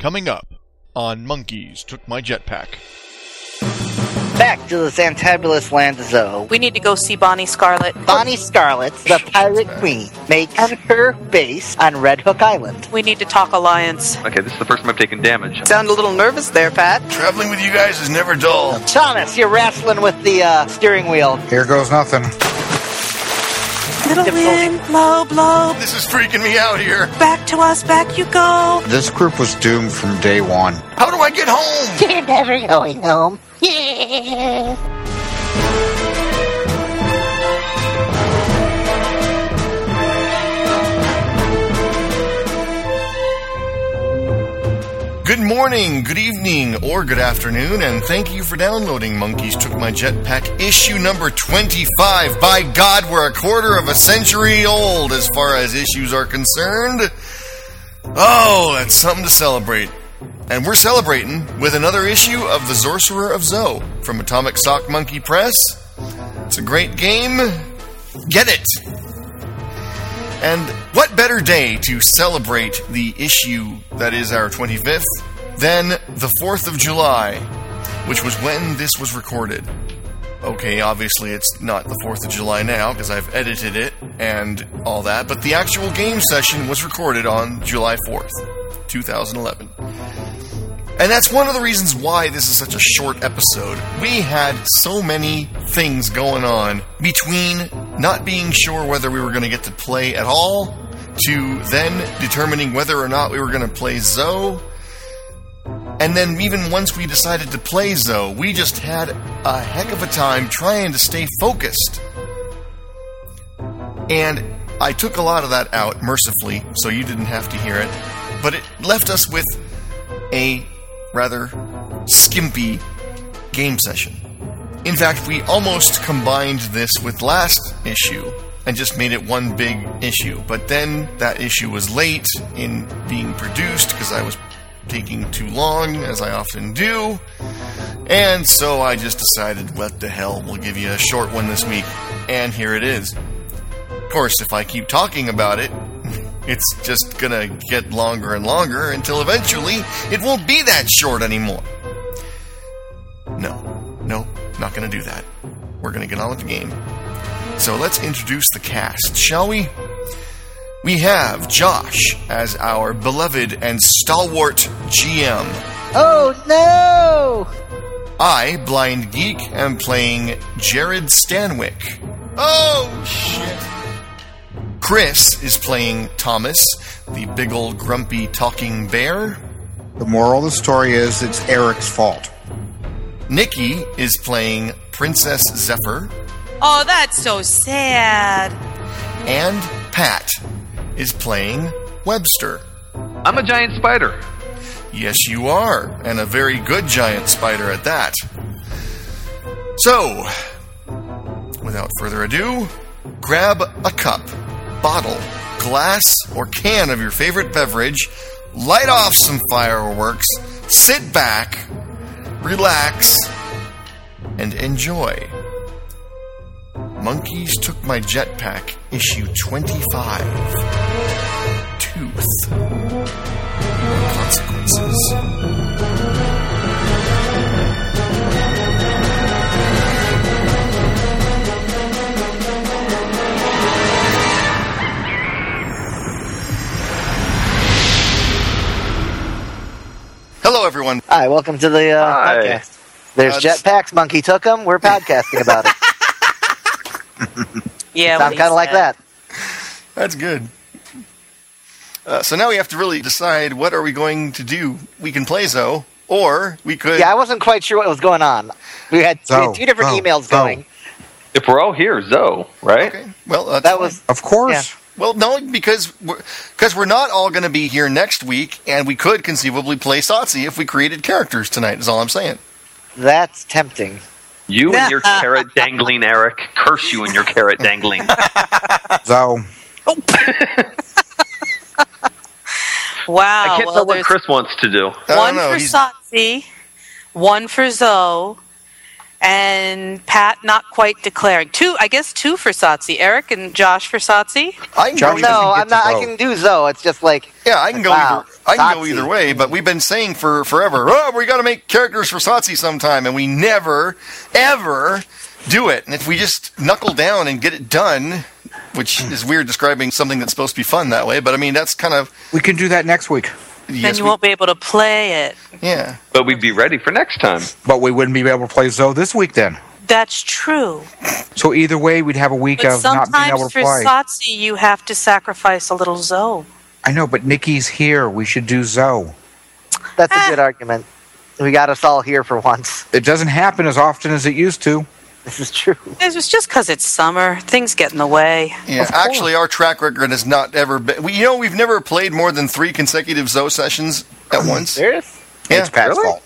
Coming up on Monkeys Took My Jetpack. Back to the Santabulous land zoo. We need to go see Bonnie Scarlet. Bonnie Scarlet, the pirate queen, makes her base on Red Hook Island. We need to talk alliance. Okay, this is the first time I've taken damage. Sound a little nervous there, Pat. Traveling with you guys is never dull. Thomas, you're wrestling with the uh, steering wheel. Here goes nothing. Little wind, blow, blow. This is freaking me out here. Back to us, back you go. This group was doomed from day one. How do I get home? You're never going home. Yeah. Good morning, good evening, or good afternoon, and thank you for downloading Monkeys Took My Jetpack issue number 25. By God, we're a quarter of a century old as far as issues are concerned. Oh, that's something to celebrate. And we're celebrating with another issue of The Sorcerer of Zo from Atomic Sock Monkey Press. It's a great game. Get it! And what better day to celebrate the issue that is our 25th than the 4th of July, which was when this was recorded? Okay, obviously it's not the 4th of July now because I've edited it and all that, but the actual game session was recorded on July 4th, 2011. And that's one of the reasons why this is such a short episode. We had so many things going on between not being sure whether we were going to get to play at all, to then determining whether or not we were going to play Zoe. And then, even once we decided to play Zoe, we just had a heck of a time trying to stay focused. And I took a lot of that out, mercifully, so you didn't have to hear it. But it left us with a rather skimpy game session. In fact, we almost combined this with last issue and just made it one big issue. But then that issue was late in being produced because I was taking too long, as I often do. And so I just decided, what the hell, we'll give you a short one this week. And here it is. Of course, if I keep talking about it, it's just gonna get longer and longer until eventually it won't be that short anymore. No, no, not gonna do that. We're gonna get on with the game. So let's introduce the cast, shall we? We have Josh as our beloved and stalwart GM. Oh no! I, Blind Geek, am playing Jared Stanwick. Oh, shit. Chris is playing Thomas, the big old grumpy talking bear. The moral of the story is it's Eric's fault. Nikki is playing Princess Zephyr. Oh, that's so sad. And Pat is playing Webster. I'm a giant spider. Yes, you are, and a very good giant spider at that. So, without further ado, grab a cup, bottle, glass, or can of your favorite beverage, light off some fireworks, sit back, relax, and enjoy. Monkeys Took My Jetpack, issue 25. Tooth. Consequences. Hello, everyone. Hi, welcome to the uh, Hi. podcast. There's Uh, this- jetpacks, monkey took 'em, We're podcasting about it. Yeah, Sound kind of like that. That's good. Uh, so now we have to really decide what are we going to do. We can play Zo, or we could. Yeah, I wasn't quite sure what was going on. We had, we Go, had two different go, emails go. going. If we're all here, Zoe, right? okay. Well, uh, that's That fine. was Of course. Well, no, because we're, cause we're not all going to be here next week, and we could conceivably play Satsi if we created characters tonight. Is all I'm saying. that's tempting. You and your carrot dangling, Eric. Curse you and your carrot dangling. So, Wow. I can't well, tell what there's Chris wants to do. I don't one know, for he's- Satsi, one for Zoe, and Pat not quite declaring. Two, I guess, two for Satsi. Eric and Josh for Satsi. I can Josh doesn't go No, get I'm to not. I vote. can do Zo. It's just like Yeah, I can go Wow. either. I can go Satsi. either way, but we've been saying for forever, oh, we got to make characters for Satsi sometime, and we never, ever do it. And if we just knuckle down and get it done, which is weird describing something that's supposed to be fun that way, but I mean that's kind of We can do that next week, yes, Then you we- won't be able to play it. yeah. But we'd be ready for next time. but we wouldn't be able to play Zoe this week then. That's true. So either way, we'd have a week But of not being able sometimes to for play. Satsi, you have to sacrifice a little Zoe. I know, but Nikki's here. We should do Zoe. that's Ah. a good argument. We got us all here for once. It doesn't happen as often as it used to. This is true. It was just because it's summer. Things get in the way. Yeah, actually, our track record has not ever been. We, you know, we've never played more than three consecutive Zoe sessions at once. Serious? Yeah. It's Pat's Really? fault.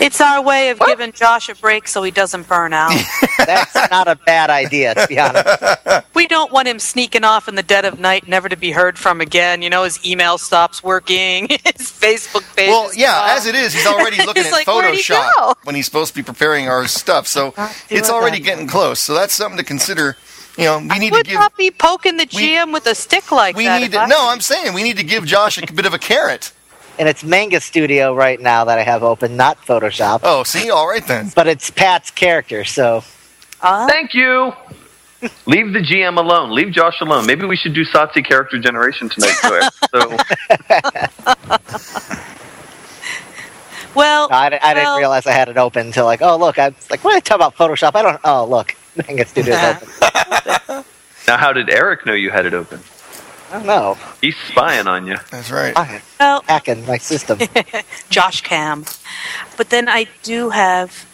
It's our way of giving Josh a break so he doesn't burn out. That's not a bad idea, to be honest. we don't want him sneaking off in the dead of night, never to be heard from again. You know, his email stops working, his Facebook page. Well, is yeah, gone. as it is, he's already looking It's at uh, like, where'd he Photoshop go? when he's supposed to be preparing our stuff. So doing it's already that. getting close. So that's something to consider. You know, we need to would give. not be poking the GM with a stick like We that. need if I- to, no. I'm saying we need to give Josh a bit of a carrot. and it's Manga Studio right now that I have open, not Photoshop. Oh, see, all right then. But it's Pat's character, so Huh? Thank you. Leave the GM alone. Leave Josh alone. Maybe we should do Satsi character generation tonight. too. so well, I, I didn't well, realize I had it open until like, oh look, I was like, what are you talking about Photoshop? I don't. Oh look, Manga Studio's open. now, how did Eric know you had it open? I don't know. He's spying on you. That's right. I'm Well, hacking my system. Josh Cam. But then I do have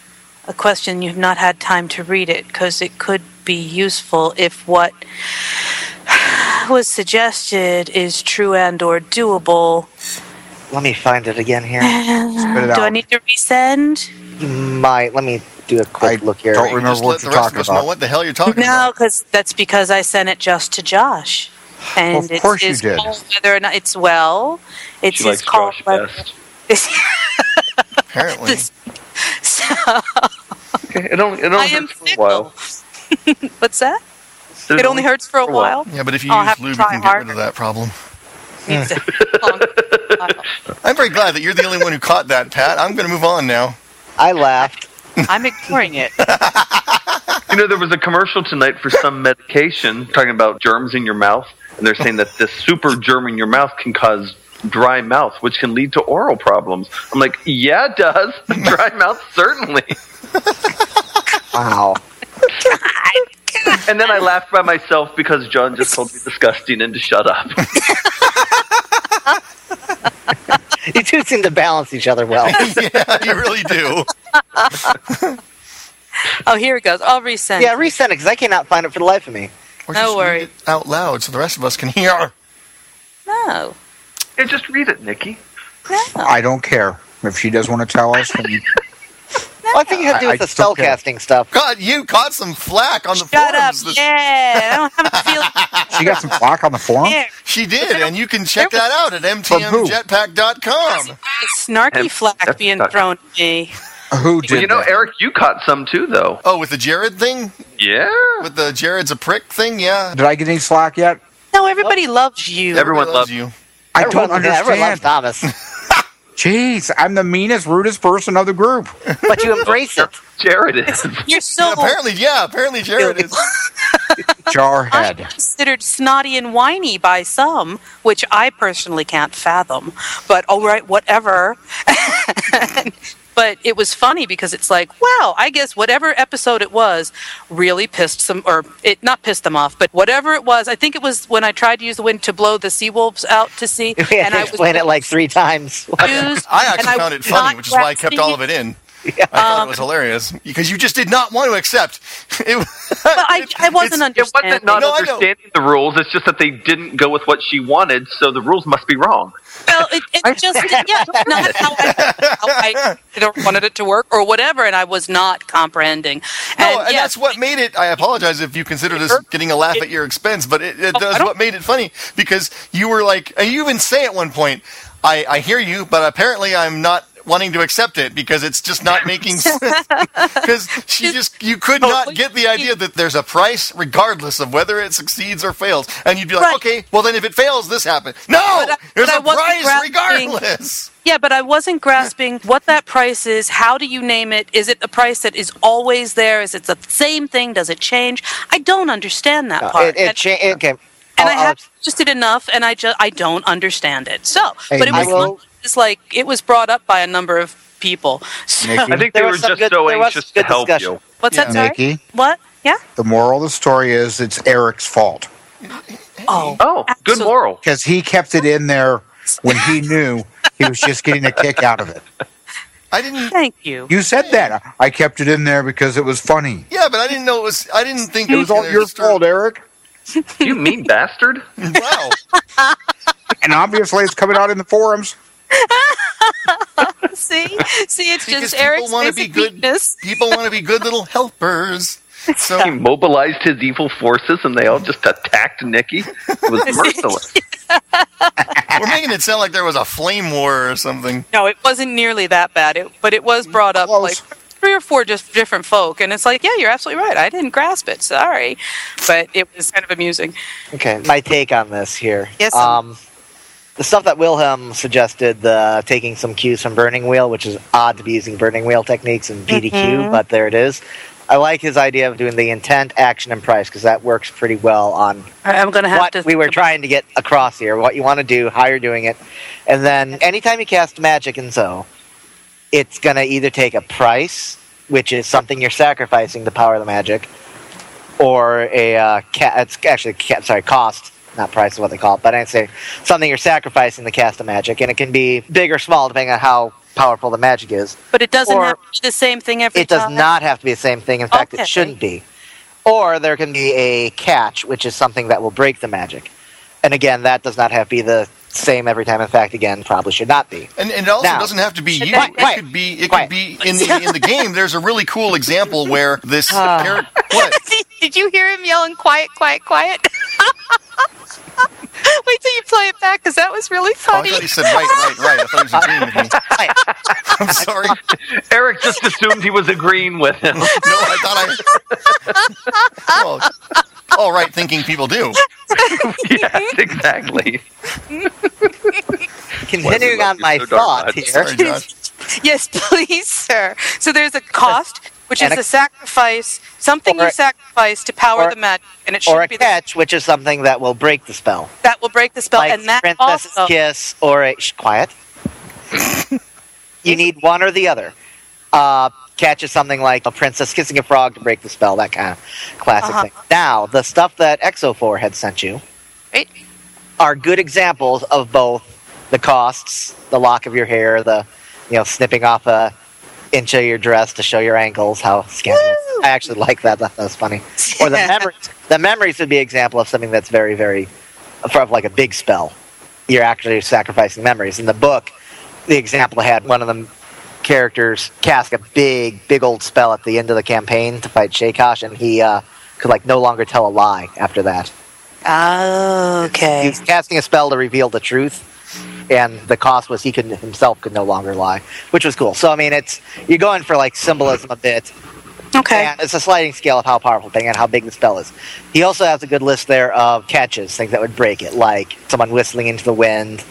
a question. You've not had time to read it because it could be useful if what was suggested is true and or doable. Let me find it again here. Spit it Do I out. need to resend? You might. Let me do a quick I look here. don't You remember just what let the you're rest of talking us know about. what the hell you're Oh, talking No, about. because that's because I sent it just to Josh. And Well, of it's course you his did. call Whether or not it's well, it's She his likes call. Josh whether- best. Apparently, so, Okay, it only it I only am hurts for a while. fickle. What's that? It only hurts for a while. yeah. But if you I'll have use to lube, you try can get rid harder. of that problem. Needs to- long- I'm very glad that you're the only one who caught that, Pat. I'm going to move on now. I laughed. I'm ignoring it. You know, there was a commercial tonight for some medication talking about germs in your mouth, and they're saying that this super germ in your mouth can cause dry mouth, which can lead to oral problems. I'm like, yeah, it does. dry mouth, certainly. Wow. And then I laughed by myself because John just told me disgusting and to shut up. you two seem to balance each other well. yeah, you really do. Oh, here it goes. I'll resend. yeah, resend it because I cannot find it for the life of me. Or No just read worry. it out loud so the rest of us can hear. No. yeah, just read it, Nikki. No. I don't care if she does want to tell us. then- Well, I think it had to do I- with I the still care. spellcasting stuff. God, you caught some flack on the Shut up. forums. this- Yeah. I don't have a feeling she got some block on the forum. there. She did, and you can check there that out at who? mtmjetpack.com. Snarky And- flack that's being not- thrown at me. Who Well, did you know, that? Eric, you caught some too, though. Oh, with the Jared thing? Yeah. With the Jared's a prick thing? Yeah. Did I get any slack yet? No, everybody loves you. Everyone loves you. I don't Everyone- Everyone loves understand. Thomas, Jeez, I'm the meanest, rudest person of the group. but you embrace it. Jared is. You're so apparently, yeah, apparently Jared is. Jarhead. considered snotty and whiny by some, which I personally can't fathom. But all right, whatever. but it was funny because it's like, wow, I guess whatever episode it was really pissed some, or it not pissed them off, but whatever it was. I think it was when I tried to use the wind to blow the sea wolves out to sea, We had and to I was explain it like three times. confused, I and actually found it was funny, not which is why I kept all of it in. I thought Um, it was hilarious because you just did not want to accept. It, But I, I wasn't It understanding. wasn't not No, I know. understanding the rules. It's just that they didn't go with what she wanted, so the rules must be wrong. Well, it, it just yeah, it's not how I, how I either wanted it to work or whatever, and I was not comprehending. no, and yes, that's what made it. I apologize if you consider this getting a laugh at your expense, but it, it does I don't- what made it funny because you were like, and you even say at one point, I, I hear you, but apparently I'm not wanting to accept it because it's just not making sense. Because she just you could not get the idea that there's a price regardless of whether it succeeds or fails, and you'd be like, Right. okay, well then if it fails, this happened. No, But I- there's but I a wasn't price grasping- regardless. Yeah, but I wasn't grasping what that price is. How do you name it? Is it a price that is always there? Is it the same thing? Does it change? I don't understand that part. Uh, It, it, cha- it okay. and I'll- I I'll- have just did enough, and I just I don't understand it. So, Hey, but it I was will- not- it's like it was brought up by a number of people. So, Nikki, I think There they were was some just good- so there was anxious to good help discussion. you. what's that? Sorry? Nikki, What? Yeah. the moral of the story is it's Eric's fault Oh. Oh, good Absolutely. moral. because he kept it in there when he knew he was just getting a kick out of it. I didn't. Thank you. You said that. I kept it in there because it was funny. Yeah, but I didn't know it was. I didn't think It was all gonna your start- fault, Eric. You mean bastard. Wow. And obviously, it's coming out in the forums. see, see, it's Because just people Eric's wanna be basic good- weakness. People want to be good little helpers. So He mobilized his evil forces and they all just attacked Nikki. It was merciless. we're making it sound like there was a flame war or something. No, it wasn't nearly that bad. It, but it was brought up Close. like three or four just different folk, and it's like, yeah, you're absolutely right. I didn't grasp it. Sorry, but it was kind of amusing. Okay, my take on this here. Yes, Um, the stuff that Wilhelm suggested, the taking some cues from Burning Wheel, which is odd to be using Burning Wheel techniques in PDQ, but there it is. I like his idea of doing the intent, action, and price because that works pretty well on I'm gonna have what to. we were trying to get across here, what you want to do, how you're doing it, and then anytime you cast magic and so, it's gonna either take a price, which is something you're sacrificing to power the magic, or a uh, ca- it's actually ca- sorry cost, not price is what they call it, but I say something you're sacrificing to cast a magic, and it can be big or small depending on how powerful the magic is. But it doesn't or- have to be the same thing every It does time. not have to be the same thing. In fact, Uh, Okay. it shouldn't be. Or there can be a catch, which is something that will break the magic. And again, that does not have to be the same every time. In fact, again, probably should not be. And, and it also Now- doesn't have to be you. Quiet, it quiet, could be it quiet. could be in the in the game. There's a really cool example where this Ah. parent what Did you hear him yelling, "Quiet, quiet, quiet"? Wait till you play it back, because that was really oh, I funny. thought he said right, right, right. I thought he was agreeing with me. Quiet. I'm sorry. Eric just assumed he was agreeing with him. No, I thought I well, all right thinking people do. yes, exactly. Continuing love on you my so darn thought much? here. Sorry, Josh. Yes, please, sir. So there's a cost, which And is a- a, sacrifice, something Or a- you sacrifice to power or- the magic, and it Or a should be the- catch, which is something that will break the spell. that will break the spell, like and that Princess's also. Kiss or a. Shh, quiet. you need one or the other. Uh, catches something like a princess kissing a frog to break the spell, that kind of classic Uh-huh. thing. Now, the stuff that Exo4 had sent you Right. are good examples of both the costs, the lock of your hair, the you know snipping off a inch of your dress to show your ankles. How scandalous! I actually like that. That, that was funny. Or the memories. The memories would be an example of something that's very, very of like a big spell. You're actually sacrificing memories. In the book, the example had one of the characters cast a big, big old spell at the end of the campaign to fight Shaykosh, and he uh, could like no longer tell a lie after that. Okay. He's casting a spell to reveal the truth, and the cost was he could himself could no longer lie, which was cool. So I mean, it's you're going for like symbolism a bit, Okay. and it's a sliding scale of how powerful thing and how big the spell is. He also has a good list there of catches, things that would break it, like someone whistling into the wind.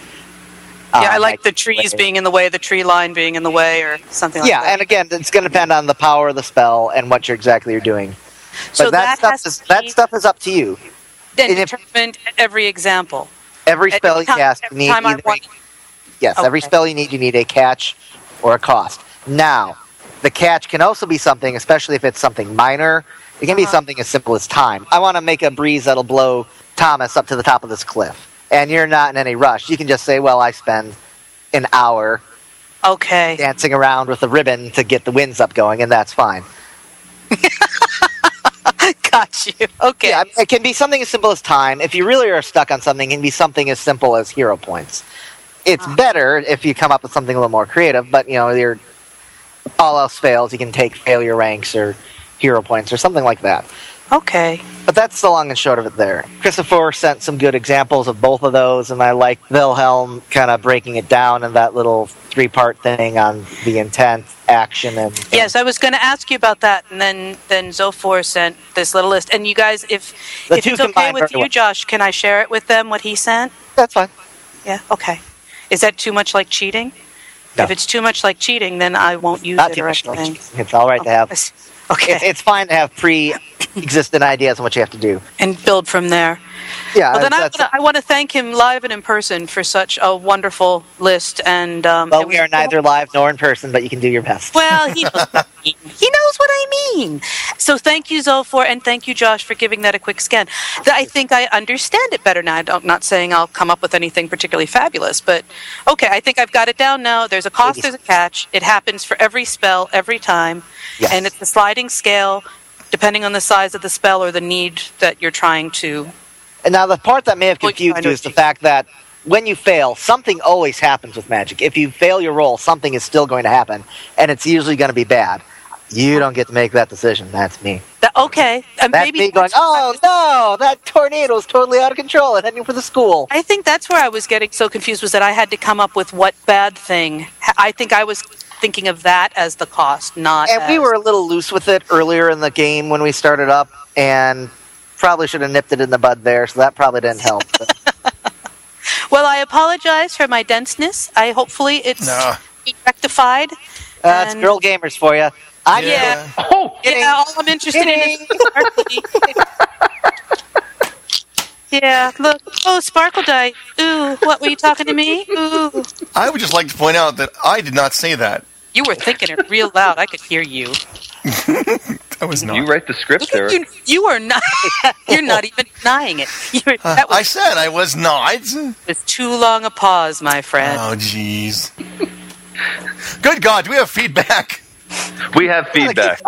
yeah, I um, like the trees being in the way, the tree line being in the way, or something like Yeah, that. and again, it's going to depend on the power of the spell and what you're exactly you're doing. But so that has that, stuff is, to be that stuff is up to you. then and if- determined at every example. Every At spell every you time- cast, you every need time I either want- Yes, every Okay. spell you need, you need a catch or a cost. Now, the catch can also be something, especially if it's something minor. It can be something as simple as time. I want to make a breeze that'll blow Thomas up to the top of this cliff. And you're not in any rush. You can just say, well, I spend an hour Okay. dancing around with a ribbon to get the winds up going, and that's fine. Got you. Okay. Yeah, I mean, it can be something as simple as time. If you really are stuck on something, it can be something as simple as hero points. It's better if you come up with something a little more creative, but you know, you're, all else fails, you can take failure ranks or hero points or something like that. Okay. But that's the long and short of it there. Christopher sent some good examples of both of those, and I like Wilhelm kind of breaking it down in that little three part thing on the intent, action, and. Yes, I was going to ask you about that, and then then Zophor sent this little list. And you guys, if The if two it's okay combined with very you, well. Josh, can I share it with them what he sent? That's fine. Yeah. Okay. Is that too much like cheating? No. If it's too much like cheating, then I won't use Not it too or much. anything. It's all right to have. It's, Okay, it's fine to have pre existing ideas on what you have to do. and build from there. Yeah. Well, then I, Uh, that's- wanna, I want to thank him live and in person for such a wonderful list. And um, well, it we was- are neither live nor in person, but you can do your best. Well, he, he knows what I mean. So thank you, Zophor, and thank you, Josh, for giving that a quick scan. Th- I think I understand it better now. I don't- I'm not saying I'll come up with anything particularly fabulous, but okay, I think I've got it down now. There's a cost, there's a catch. It happens for every spell, every time, Yes. and it's a sliding scale depending on the size of the spell or the need that you're trying to. And now the part that may have Well, I confused know you is the what you- fact that when you fail, something always happens with magic. If you fail your roll, something is still going to happen, and it's usually going to be bad. You don't get to make that decision. That's me. That, okay, and That's maybe me going, oh no, that tornado is totally out of control and heading for the school. I think that's where I was getting so confused was that I had to come up with what bad thing. Ha- I think I was thinking of that as the cost, not. And we as- were a little loose with it earlier in the game when we started up, and probably should have nipped it in the bud there, so that probably didn't help. Well, I apologize for my denseness. I hopefully it's Nah. rectified. That's And- uh, girl gamers for you. I'm Yeah. Oh, Kidding. Yeah, all I'm interested in is sparkly. yeah, look. Oh, sparkle die. Ooh, what were you talking to me? Ooh, I would just like to point out that I did not say that. you were thinking it real loud. I could hear you. I was not. you write the script Look at there. you. You are not. You're not even denying it. You're, that was I said I was not. It's too long a pause, my friend. Oh, jeez. Good God, do we have feedback? We have feedback.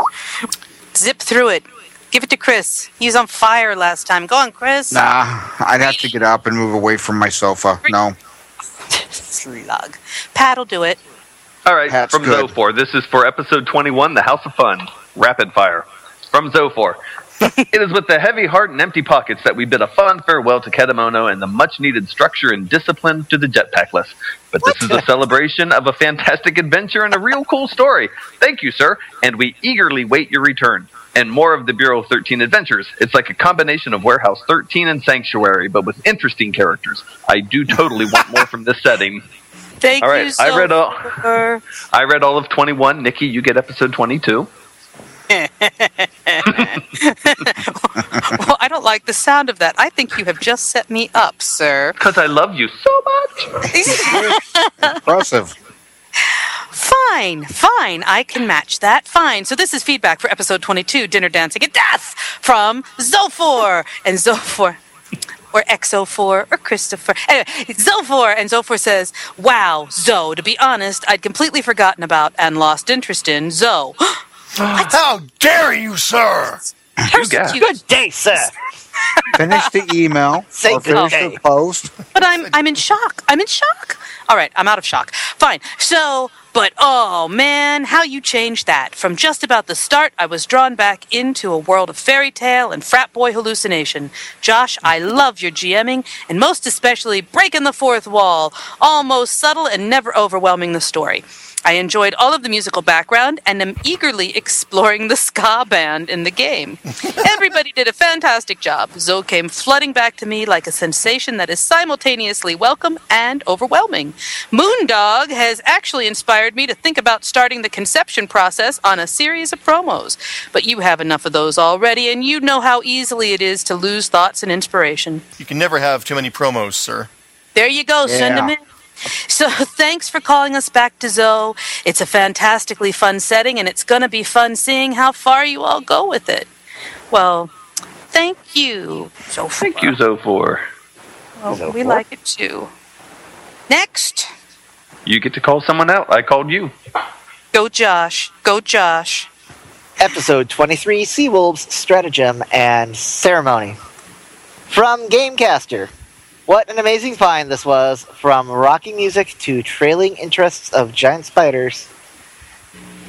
Zip through it. Give it to Chris. He was on fire last time. Go on, Chris. Nah, I'd have to get up and move away from my sofa. No. Slug. Pat'll do it. All right, That's from good. Zophor. This is for episode 21, The House of Fun, Rapid Fire. From Zophor. it is with the heavy heart and empty pockets that we bid a fond farewell to Kedamono and the much needed structure and discipline to the jetpack list. But this is a celebration of a fantastic adventure and a real cool story. Thank you, sir, and we eagerly wait your return. And more of the Bureau 13 adventures. It's like a combination of Warehouse 13 and Sanctuary, but with interesting characters. I do totally want more from this setting. Thank All you right, so I read all- for- I read all of 21. Nikki, you get episode 22. well, I don't like the sound of that. I think you have just set me up, sir. Because I love you so much. Impressive. fine, fine. I can match that. Fine. So this is feedback for episode 22, Dinner Dancing and Death from Zophor. And Zophor or XO4 or Christopher. Anyway, Zophor. And Zophor says, Wow, Zo, to be honest, I'd completely forgotten about and lost interest in Zo. How dare you, sir? guessed. Persecute. day, sir. Finish the email. Say or finish okay. the post. But I'm I'm in shock. I'm in shock. All right, I'm out of shock. Fine. So, but oh man, how you changed that. From just about the start, I was drawn back into a world of fairy tale and frat boy hallucination. Josh, I love your GMing and most especially breaking the fourth wall, almost subtle and never overwhelming the story. I enjoyed all of the musical background and am eagerly exploring the ska band in the game. Everybody did a fantastic job. Zoe came flooding back to me like a sensation that is simultaneously welcome and overwhelming. Moondog has actually inspired me to think about starting the conception process on a series of promos. But you have enough of those already, and you know how easily it is to lose thoughts and inspiration. You can never have too many promos, sir. There you go. Send Yeah. them in. So thanks for calling us back to Zoe. It's a fantastically fun setting, and it's going to be fun seeing how far you all go with it. Well, thank you. So Thank you, Zophor. Well, we like it too. Next, You get to call someone out. I called you. go Josh. Go Josh. Episode 23 Seawolves Stratagem and Ceremony. From Gamecaster. What an amazing find this was from rocky music to trailing interests of giant spiders.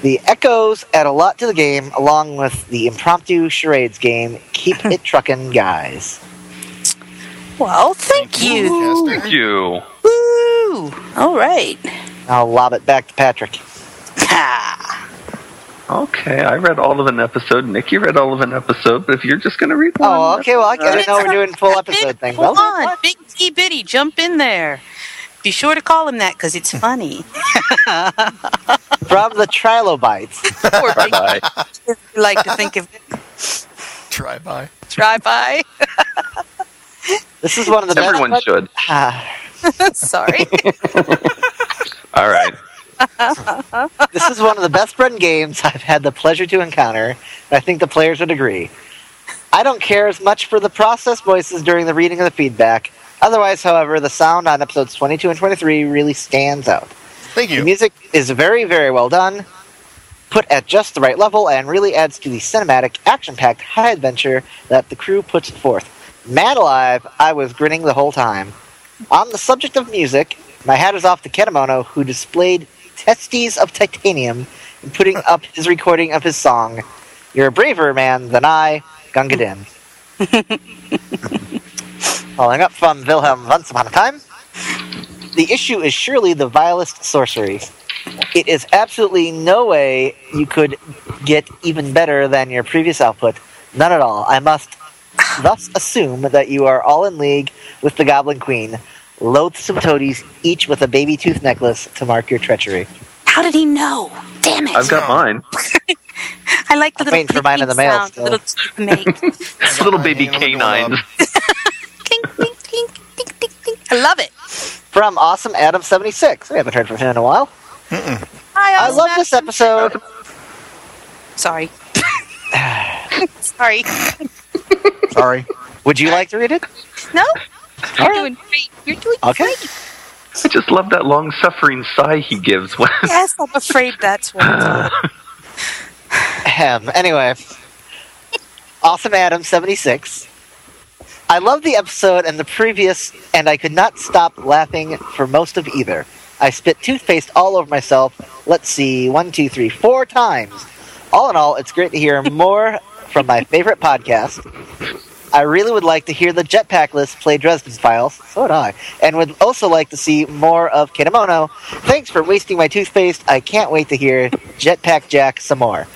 The echoes add a lot to the game, along with the impromptu charades game. Keep it truckin', guys. Well, thank you. Fantastic. Thank you. Woo! All right. I'll lob it back to Patrick. Ah. Okay, I read all of an episode. Nikki read all of an episode, but if you're just going to read one, Oh, okay. Well, I that's- didn't know we're doing full episode Big- thing. Hold Well, on, Big T Bitty, jump in there. Be sure to call him that because it's funny. from the trilobites. Poor Big Bye. T. We like to think of Try by. try by. This is one of the best Everyone ones- should. Ah, Sorry. All right. this is one of the best run games I've had the pleasure to encounter. and I think the players would agree. I don't care as much for the process voices during the reading of the feedback. Otherwise, however, the sound on episodes 22 and 23 really stands out. Thank The you. music is very, very well done, put at just the right level, and really adds to the cinematic, action packed high adventure that the crew puts forth. Mad Alive, I was grinning the whole time. On the subject of music, my hat is off to Ketemono, who displayed testes of titanium in putting up his recording of his song, You're a Braver Man Than I, Gunga Din. Following up from Wilhelm Once Upon a Time, the issue is surely the vilest sorcery. It is absolutely no way you could get even better than your previous output. None at all. I must thus assume that you are all in league with the Goblin Queen, loathsome toadies, each with a baby tooth necklace to mark your treachery. How did he know? Damn it! I've got mine. I like the I'm little waiting for mine in the mail sound the still. little teeth make. clink, Little baby Hang on, we're going canines. up. clink, clink, clink, clink, clink. I love it. From Awesome Adam seventy six. We haven't heard from him in a while. Hi, I Ozma. love this episode. Sorry. Sorry. Sorry. Would you like to read it? No. You're doing great. You're doing Okay. great. I just love that long suffering sigh he gives when Yes, I'm afraid that's what. it's called. Ahem. Anyway, Awesome Adam 76. I love the episode and the previous, and I could not stop laughing for most of either. I spit toothpaste all over myself, let's see, one, two, three, four times. All in all, it's great to hear more from my favorite podcast. I really would like to hear the jetpack list play Dresden Files, so would I, and would also like to see more of Kinemono. Thanks for wasting my toothpaste. I can't wait to hear Jetpack Jack some more.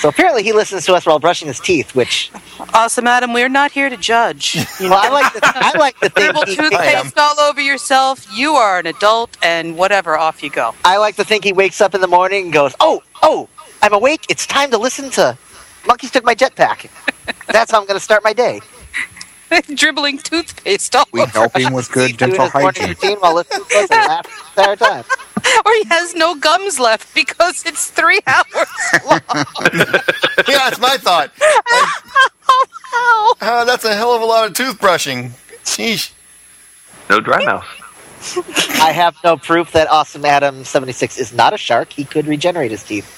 So apparently he listens to us while brushing his teeth, which Awesome, Adam. We're not here to judge. well, I like to I like to Dribble think he, am. toothpaste all over yourself. You are an adult, and whatever. Off you go. I like to think he wakes up in the morning and goes, "Oh, oh, I'm awake. It's time to listen to Monkeys Took My Jetpack." That's how I'm going to start my day. Dribbling toothpaste all We over. help him with good Doing dental his morning hygiene. routine while listening to us and laughing the entire time. Or he has no gums left because it's three hours long. Yeah, that's my thought. Ow. Uh, that's a hell of a lot of toothbrushing. Sheesh. no dry mouth. I have no proof that Awesome Adam 76 is not a shark. He could regenerate his teeth.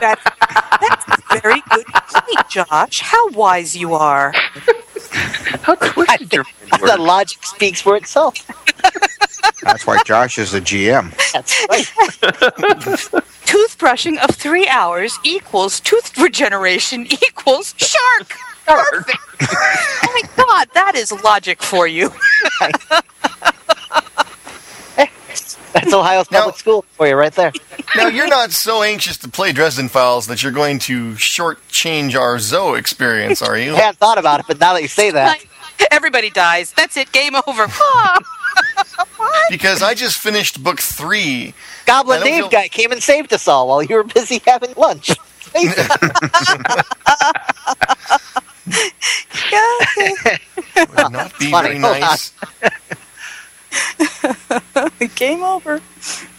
That's, that's very good point, Josh. How wise you are. How twisted your mind The works. logic speaks for itself. That's why Josh is a GM. That's right. Toothbrushing of three hours equals tooth regeneration equals shark. Perfect. oh my god, that is logic for you. That's Ohio's Now- public school for you right there. Now you're not so anxious to play Dresden Files that you're going to shortchange our Zoe experience, are you? I hadn't thought about it, but now that you say that, Everybody dies. That's it. Game over. Oh, Because I just finished book three. I Goblin don't Dave feel- guy came and saved us all while you were busy having lunch. Would not be Funny. very Hold on. nice. Game over.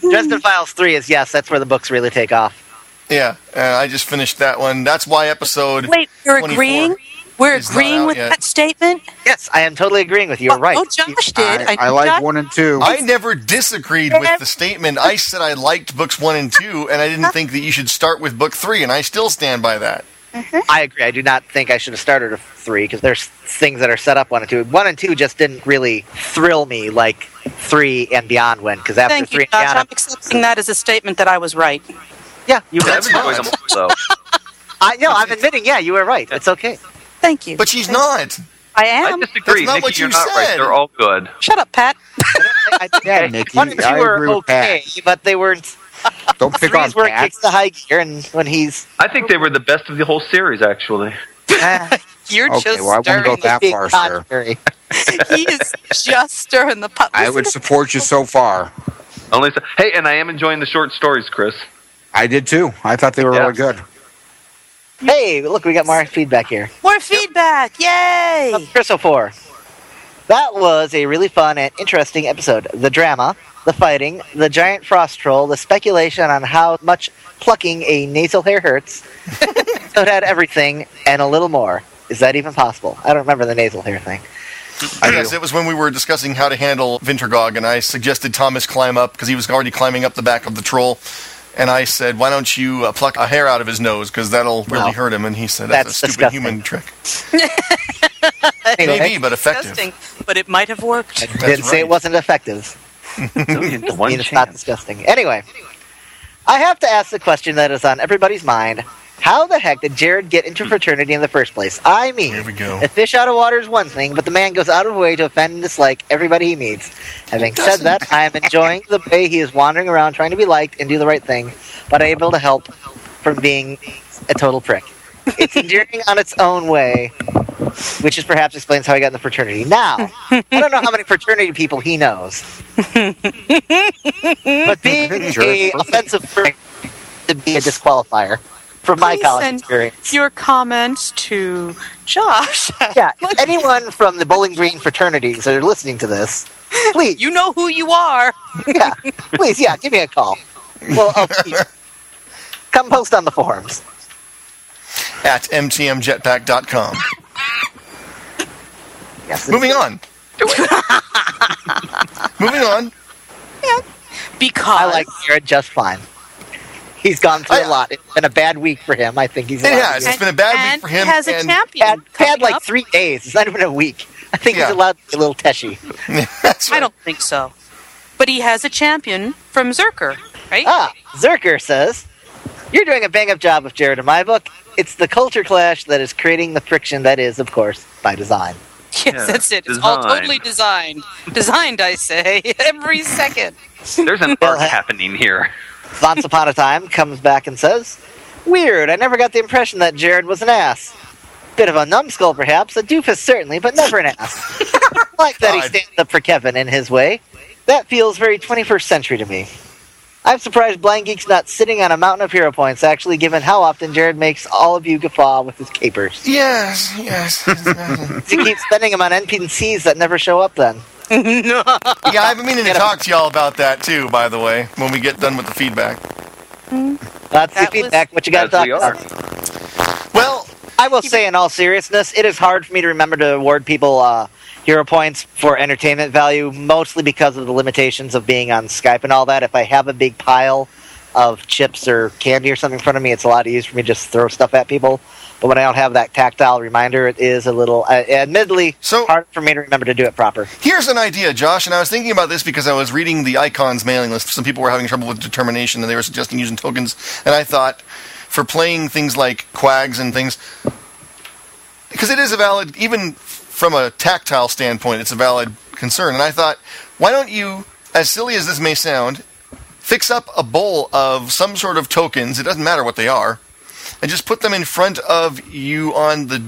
Dresden Files 3 is, yes, that's where the books really take off. Yeah, uh, I just finished that one. That's why episode. Wait, you're 24 agreeing? We're is not agreeing out with yet. that statement? Yes, I am totally agreeing with you. uh, You're Oh, right. Oh, Josh did. I, I knew like Josh- one and two. I never disagreed with the statement. I said I liked books one and two, and I didn't think that you should start with book three, and I still stand by that. I agree. I do not think I should have started with 3 because there's things that are set up 1 and 2. 1 and 2 just didn't really thrill me like 3 and beyond went because after Thank 3 you, and Josh. beyond, I'm accepting that as a statement that I was right. Yeah, you were I've enjoyed them right. though. I no, I'm admitting. Yeah, you were right. It's okay. Thank you. But she's Thank- not. I I am. disagree. That's not Nikki, what you're you not right. said. They're all good. Shut up, Pat. I think Yeah, I- Nikki, one and two I are agree with Pat. okay, but they weren't. Don't pick on Three's where it Pat. kicks the high gear, and when he's I think they were the best of the whole series, actually. eh, You're Okay, just well, I wouldn't stirring go that being far, sir. contrary. the, He is just stirring the pot. I would support you so far. Only so- hey, and I am enjoying the short stories, Chris. I did too. I thought they were Yeah. really good. Hey, look, we got more feedback here. More feedback. From Yay. Chrysophore. That was a really fun and interesting episode. The drama, the fighting, the giant frost troll, the speculation on how much plucking a nasal hair hurts. so it had everything and a little more. Is that even possible? I don't remember the nasal hair thing. I yes, do. it was when we were discussing how to handle Vintergog, and I suggested Thomas climb up because he was already climbing up the back of the troll. And I said, "Why don't you uh, pluck a hair out of his nose? Because that'll really Wow. hurt him." And he said, "That's, That's a stupid disgusting. human trick, Anyway, maybe, but effective." Disgusting, but it might have worked. I didn't say it right. wasn't effective. The I one mean, it's not chance. disgusting. Anyway, I have to ask the question that is on everybody's mind. How the heck did Jared get into fraternity in the first place? I mean, Here we go. A fish out of water is one thing, but the man goes out of his way to offend and dislike everybody he meets. Having said that, I am enjoying the way he is wandering around trying to be liked and do the right thing, but able to help from being a total prick. It's endearing on its own way, which is perhaps explains how he got in the fraternity. Now, I don't know how many fraternity people he knows, but being a offensive prick to be a disqualifier from my Please college send- experience Your comments to Josh. yeah, if anyone from the Bowling Green fraternities that are listening to this, please, You know who you are. yeah, please, yeah, give me a call. Well, oh, please. come post on the forums. At mtmjetpack.com. Yes, Moving on. Moving on. Because I like Jared just fine. He's gone through I- a lot. It's been a bad week for him. I think he's. It allowed to has. get- It's been a bad and week for him. He has a and- champion. bad, bad coming like up. three days. It's not even a week. I think Yeah. he's allowed to be a little teshy. That's I don't think so. But he has a champion from Zerker, right? Ah, Zerker says, You're doing a bang up job with Jared in my book. It's the culture clash that is creating the friction that is, of course, by design. yes, Yeah, that's it. It's all design. totally designed. Designed, I say, every second. There's an art happening here. Once Upon a Time comes back and says, Weird, I never got the impression that Jared was an ass. Bit of a numbskull, perhaps, a doofus, certainly, but never an ass. like that he God. stands up for Kevin in his way. That feels very 21st century to me. I'm surprised Blind Geek's not sitting on a mountain of hero points, actually, given how often Jared makes all of you guffaw with his capers. Yes, yes. yeah, you keep spending them on NPCs that never show up then. I've been meaning to talk to y'all about that too, by the way, when we get done with the feedback. That That's the was- feedback. What you got to talk As we are. about? Well, I will say, in all seriousness, it is hard for me to remember to award people uh, hero points for entertainment value, mostly because of the limitations of being on Skype and all that. If I have a big pile of chips or candy or something in front of me, it's a lot easier for me to just throw stuff at people. But when I don't have that tactile reminder, it is a little, uh, admittedly, So- hard for me to remember to do it proper. Here's an idea, Josh, and I was thinking about this because I was reading the icons mailing list. Some people were having trouble with determination and they were suggesting using tokens, and I thought for playing things like quags and things because it is a valid even from a tactile standpoint, it's a valid concern. And I thought, why don't you as silly as this may sound, fix up a bowl of some sort of tokens, it doesn't matter what they are, and just put them in front of you on the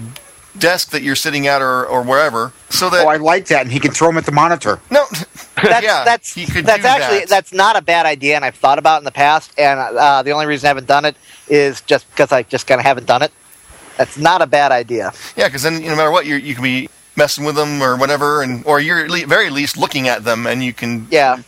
desk that you're sitting at or, or wherever so that Oh, I like that, and he can throw him at the monitor. no, that's yeah, that's he could that's do actually that. that's not a bad idea, and I've thought about it in the past. And uh, the only reason I haven't done it is just because I just kind of haven't done it. That's not a bad idea. yeah, because then no matter what, you you can be messing with them or whatever, and or you're at le- very least looking at them, and you can Yeah,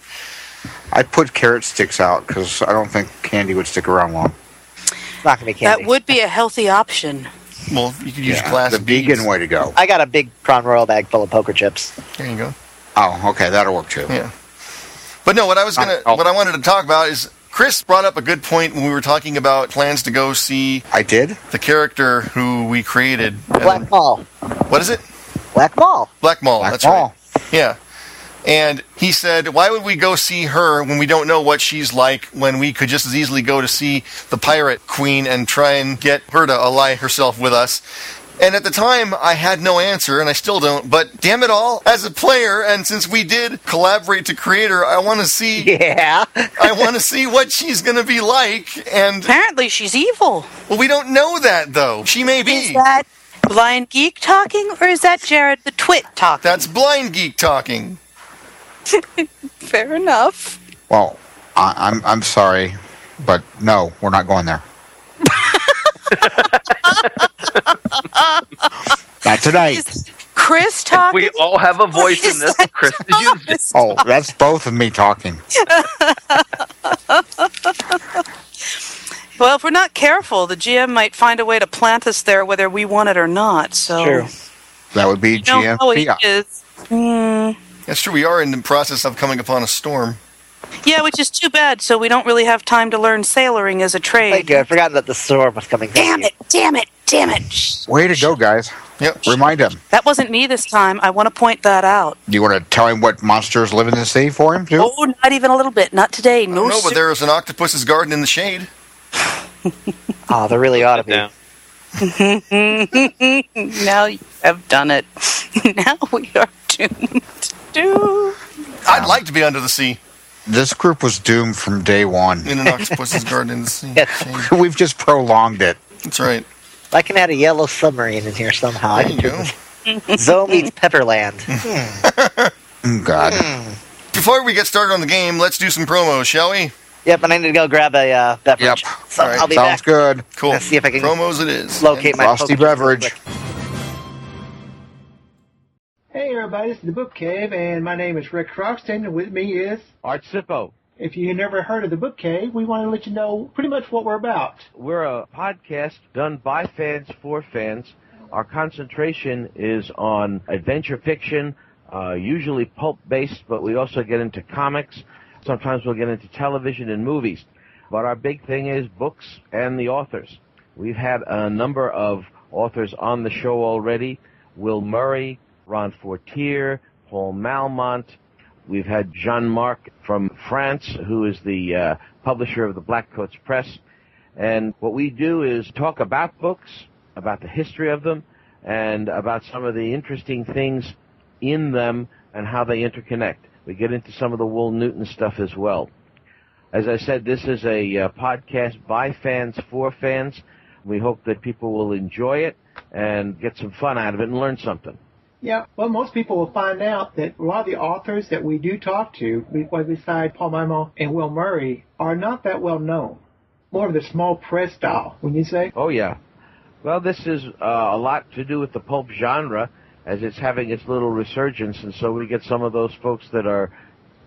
I put carrot sticks out because I don't think candy would stick around long. it's not gonna be candy. that would be a healthy option. well you could use Yeah, glass the beads. vegan way to go. I got a big Crown Royal bag full of poker chips. There you go. Oh, okay, that'll work too. Yeah. But no, what I was gonna, Oh. what I wanted to talk about is Chris brought up a good point when we were talking about plans to go see I did. the character who we created. Black Mall, What is it? Black Mall. Black Mall. Black that's ball. right. Yeah. And he said, Why would we go see her when we don't know what she's like when we could just as easily go to see the pirate queen and try and get her to ally herself with us? And at the time, I had no answer, and I still don't. But damn it all, as a player, and since we did collaborate to create her, I want to see. Yeah. I want to see what she's going to be like. And Apparently, she's evil. well, we don't know that though. She may Is be. that Blind Geek talking, or is that Jared the Twit talking? That's blind geek talking. Fair enough. Well, I, I'm I'm sorry, but no, we're not going there. not tonight. Is Chris talking? We all have a voice in this. Chris is used it. Oh, that's both of me talking. Well, if we're not careful, the GM might find a way to plant us there, whether we want it or not. So True. That would be you know GM. how it Yeah. is. Hmm. That's true. We are in the process of coming upon a storm. Yeah, which is too bad. So we don't really have time to learn sailoring as a trade. Thank you. I forgot that the storm was coming. Thank Damn you. it! Damn it! Damn it! Shh. Way to go, guys. Yep. Remind him. That wasn't me this time. I want to point that out. Do you want to tell him what monsters live in the sea for him, too? Oh, not even a little bit. Not today. No, No, but sir. there is an octopus's garden in the shade. Oh, there really ought to be. down. Now you have done it. now we are doomed. Doomed. I'd like to be under the sea This group was doomed from day one. in an octopus's garden in the sea. Yeah. Shade. We've just prolonged it. That's right. I can add a yellow submarine in here somehow. I There can you go. do- Zoe meets Pepperland. Mm, God. Before we get started on the game, let's do some promos, shall we? Yep, and I need to go grab a uh, beverage. Yep. So All right. I'll be Sounds back. good. Cool. Let's see if I can promos. It is Locate my Frosty Pokemon beverage. real quick. Hey everybody, this is the Book Cave, and my name is Rick Croxton, and with me is Art Sippo. if you never heard of the Book Cave, we want to let you know pretty much what we're about. We're a podcast done by fans for fans. Our concentration is on adventure fiction, uh, usually pulp based, but we also get into comics. Sometimes we'll get into television and movies. But our big thing is books and the authors. We've had a number of authors on the show already. Will Murray, Ron Fortier, Paul Malmont, We've had Jean Marc from France, who is the uh, publisher of the Black Coats Press. And what we do is talk about books, about the history of them, and about some of the interesting things in them and how they interconnect. We get into some of the Wool Newton stuff as well. As I said, this is a uh, podcast by fans for fans. We hope that people will enjoy it and get some fun out of it and learn something. Yeah, well, most people will find out that a lot of the authors that we do talk to, be- well, beside Paul Maimon and Will Murray, are not that well known. More of the small press style, wouldn't you say? Oh yeah. Well, this is uh, a lot to do with the pulp genre as it's having its little resurgence, and so we get some of those folks that are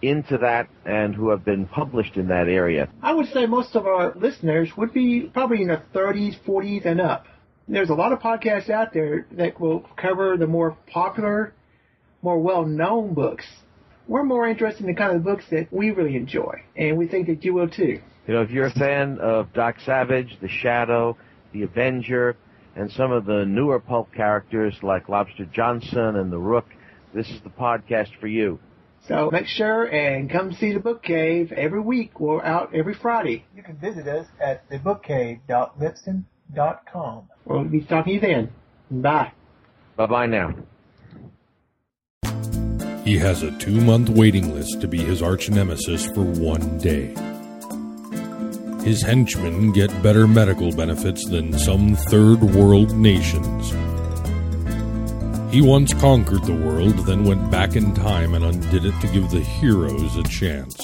into that and who have been published in that area. I would say most of our listeners would be probably in their 30s, 40s, and up. There's a lot of podcasts out there that will cover the more popular, more well-known books. We're more interested in the kind of books that we really enjoy, and we think that you will too. You know, if you're a fan of Doc Savage, The Shadow, The Avenger, and some of the newer pulp characters like Lobster Johnson and The Rook, this is the podcast for you. So make sure and come see the Book Cave every week. We're out every Friday. You can visit us at thebookcave.lipson.com. We'll be talking to you then. Bye. Bye bye now. He has a two month waiting list to be his arch nemesis for one day. His henchmen get better medical benefits than some third world nations. He once conquered the world, then went back in time and undid it to give the heroes a chance.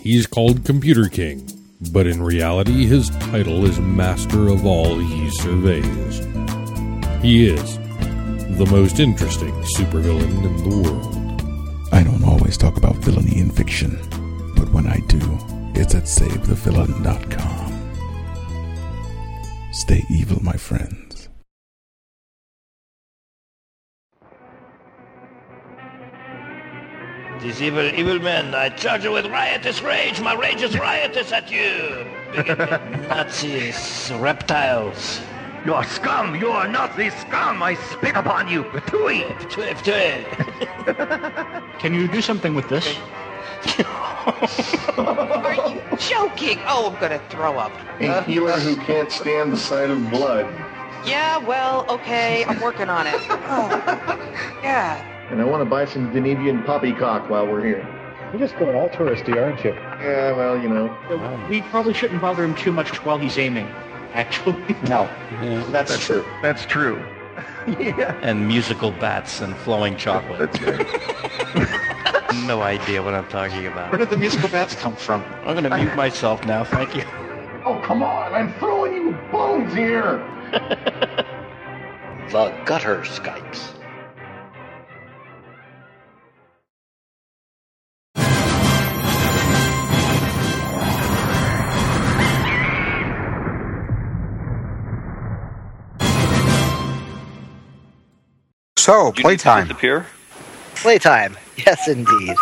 He's called Computer King, but in reality, his title is Master of All He Surveys. He is the most interesting supervillain in the world. I don't always talk about villainy in fiction, but when I do, it's at SaveTheVillain.com. Stay evil, my friends. These evil, evil men, I charge you with riotous rage. My rage is riotous at you. Nazis, reptiles. You are scum! You are not the scum! I spit upon you! Patui! Can you do something with this? Are you joking? Oh, I'm gonna throw up. A healer who can't stand the sight of blood. Yeah, well, okay, I'm working on it. Oh, yeah. And I want to buy some Denevian poppycock while we're here. You're just going all touristy, aren't you? Yeah, well, you know. We probably shouldn't bother him too much while he's aiming, actually. No. That's, true. That's true. And musical bats and flowing chocolate. no idea what I'm talking about. Where did the musical bats come from? I'm going to mute myself now, thank you. Oh, come on! I'm throwing you bones here! The Gutter Skypes. So, playtime. Disappear? Playtime. Yes, indeed.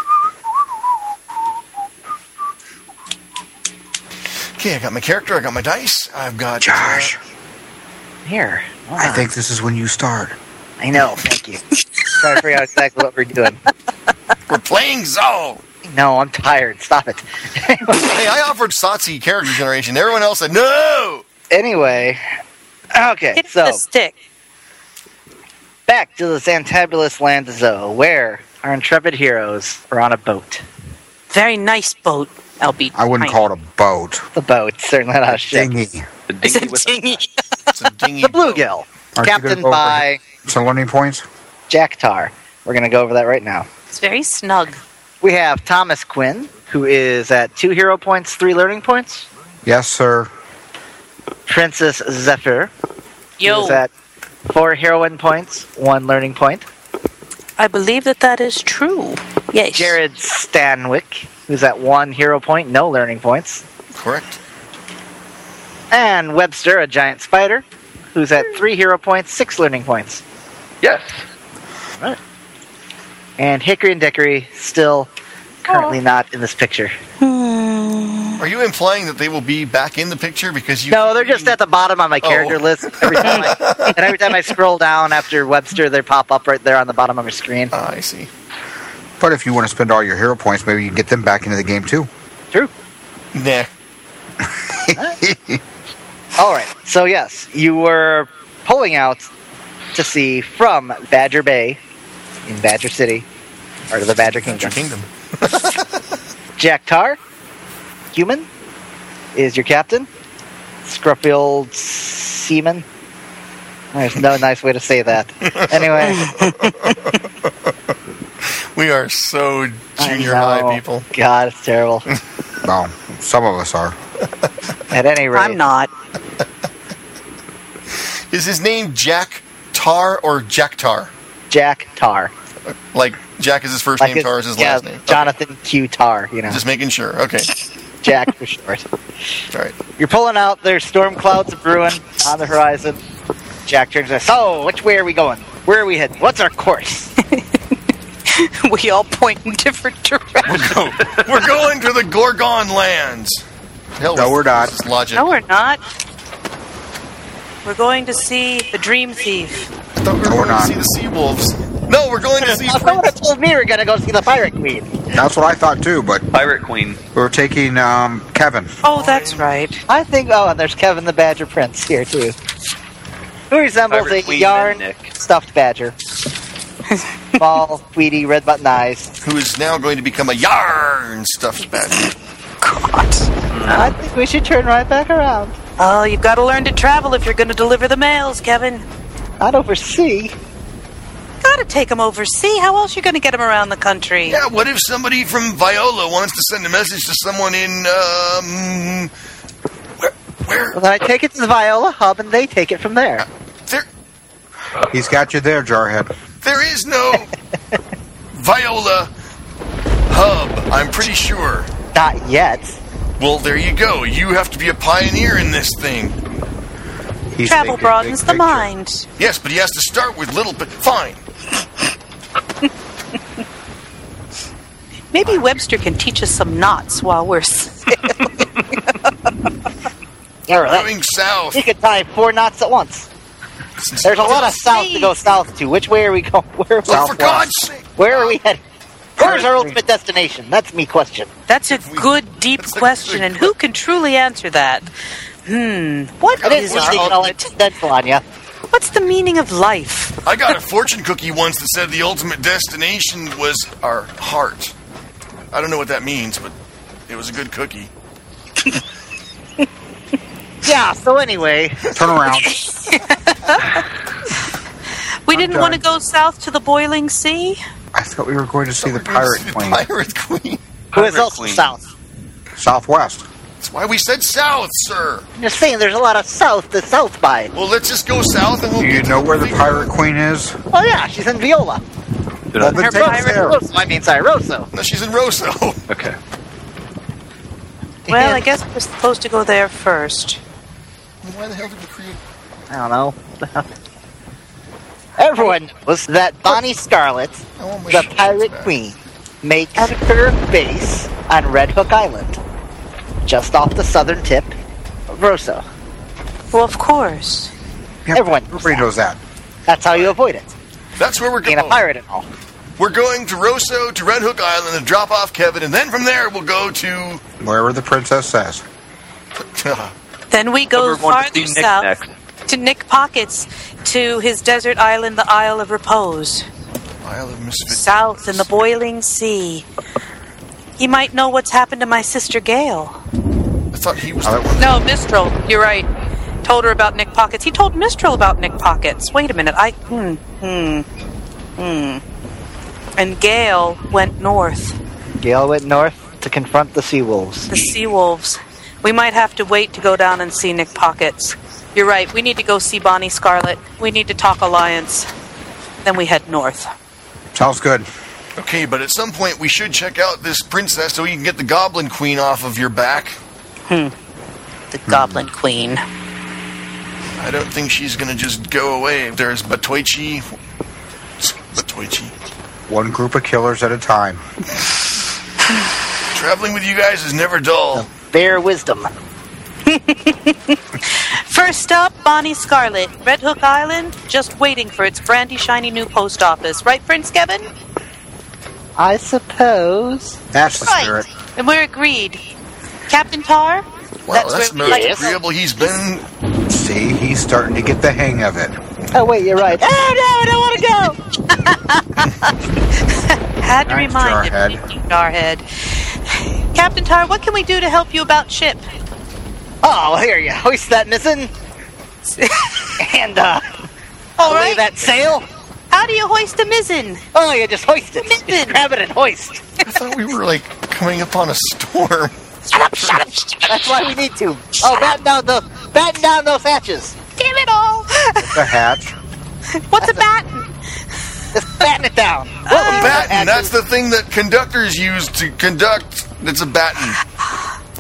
Okay, I got my character, I got my dice, I've got. Josh! Here. Ah, I think this is when you start. I know. Thank you. Trying to figure out exactly what we're doing. uh, We're playing Zone! No, I'm tired. Stop it. hey, I offered Satsi character generation. Everyone else said no! Anyway. Okay, Hit so. the stick. Back to the Santabulous land of Zoe, where our intrepid heroes are on a boat. Very nice boat, Albie. I wouldn't call it a boat. The boat, certainly not a ship. Dinghy. It's a dinghy. the bluegill, Aren't you gonna captained go over by So learning points? Jack Tar. We're going to go over that right now. It's very snug. We have Thomas Quinn, who is at two hero points, three learning points. Yes, sir. Princess Zephyr, who Yo, is at four heroine points, one learning point. I believe that that is true. Yes. Jared Stanwick, who's at one hero point, no learning points. Correct. And Webster, a giant spider, who's at three hero points, six learning points. Yes. Right. And Hickory and Dickory still currently not in this picture. Are you implying that they will be back in the picture because you. No, they're just at the bottom on my character Oh. list. Every time I, and every time I scroll down after Webster, they pop up right there on the bottom of my screen. Ah, I see. But if you want to spend all your hero points, maybe you can get them back into the game too. True. Nah. All right. So yes, you were pulling out to sea from Badger Bay in Badger City, part of the Badger Kingdom. Kingdom. Jack Tar, human, is your captain. Scruffy old seaman. There's no nice way to say that. Anyway, We are so junior I know. high people. God, it's terrible. Well, some of us are. At any rate, I'm not. Is his name Jack Tar or Jack Tar? Jack Tar. Like, Jack is his first Like name, it's- Tar is his yeah, last name. Jonathan Q. Tar. You know, Just making sure. Okay. Jack for short. All right. You're pulling out. There's storm clouds brewing on the horizon. Jack turns and says, "So, which way are we going? Where are we heading? What's our course?" we all point in different directions. We're going to the Gorgon lands. Hell No, with we're not. This logic. No, we're not. We're going to see the Dream Thief. I thought we were No, we're going to not. see the sea wolves. No, we're going to see. I would have told me we we're gonna go see the pirate queen. That's what I thought too, but Pirate Queen. we were taking um, Kevin. Oh, that's right. I think. Oh, and there's Kevin the Badger Prince here too, who resembles Pirate a Queen and yarn Nick. stuffed badger. Small, weedy, red button eyes. Who is now going to become a yarn stuffed badger? I think we should turn right back around. Oh, you've got to learn to travel if you're going to deliver the mails, Kevin. Not oversee. Got to take them overseas. How else you going to get them around the country? Yeah. What if somebody from Viola wants to send a message to someone in um, where? Well, then I take it to the Viola Hub, and they take it from there. There, He's got you there, Jarhead. there is no Viola hub. I'm pretty sure. Not yet. Well, there you go. You have to be a pioneer in this thing. He's Travel thinking broadens big the picture. mind. Yes, but he has to start with little. But fine. Maybe Webster can teach us some knots while we're. Going south. You could tie four knots at once. There's a lot of south to go south to. Which way are we going? Where are we Oh, for God's sake! Where are we headed? Where's our ultimate destination? That's me question. That's a good, deep question, and who can truly answer that? Hmm. What I didn't is really our know ultimate- What's the meaning of life? I got a fortune cookie once that said the ultimate destination was our heart. I don't know what that means, but it was a good cookie. Yeah. So anyway, turn around. We didn't done. want to go south to the boiling sea. I thought we were going to see the pirate queen. Pirate queen. Who is also south? Southwest. That's why we said south, sir. I'm just saying, there's a lot of south to south by. Well, let's just go south and we'll. Do you know where the pirate queen is? Oh yeah, she's in Viola. Well, then Her take us pirate there. Rosso, I mean, sorry, Rosso. No, she's in Rosso. Okay. Well, I guess we're supposed to go there first. Why the hell did we create? I don't know. Everyone knows that Bonnie Scarlet, the Pirate Queen, makes her base on Red Hook Island, just off the southern tip of Rosso. Well, of course. Everyone Everybody knows that. That's how you avoid it. That's where we're going. Being a pirate and all. We're going to Rosso to Red Hook Island and drop off Kevin, and then from there we'll go to. Wherever the princess says. Then we go farther south to Nick Pockets to his desert island, the Isle of Repose, Isle of Misfit. south in the boiling sea. He might know what's happened to my sister Gail. I thought he was. No, Mistral. You're right. Told her about Nick Pockets. He told Mistral about Nick Pockets. Wait a minute. I hmm hmm hmm. And Gail went north. Gail went north to confront the sea wolves. The sea wolves. We might have to wait to go down and see Nick Pockets. You're right. We need to go see Bonnie Scarlet. We need to talk alliance. Then we head north. Sounds good. Okay, but at some point we should check out this princess so we can get the Goblin Queen off of your back. Hmm. The Goblin Queen. I don't think she's gonna just go away. There's Batoichi. Batoichi. One group of killers at a time. Traveling with you guys is never dull. Bare wisdom. First up, Bonnie Scarlet, Red Hook Island, just waiting for its brandy shiny new post office. Right, Prince Kevin? I suppose. That's the Right. spirit. And we're agreed. Captain Tar? Wow, that's the where we most like to go. agreeable he's been. See, he's starting to get the hang of it. Oh wait, you're right. Oh no, I don't want to go. Had to Thanks, remind him, Jarhead. Darhead. Captain Tar, what can we do to help you about ship? Oh, here you hoist that mizzen, and uh, All lay right. that sail. How do you hoist a mizzen? Oh, you just hoist it. Just grab it and hoist. I thought we were like coming upon a storm. Shut up! Shut up! Shut up. That's why we need to. oh, batten down the batten down those hatches. Damn it all! The hatch. What's a batten? Just batten it down. Oh, Well, a batten. That's the thing that conductors use to conduct. It's a batten.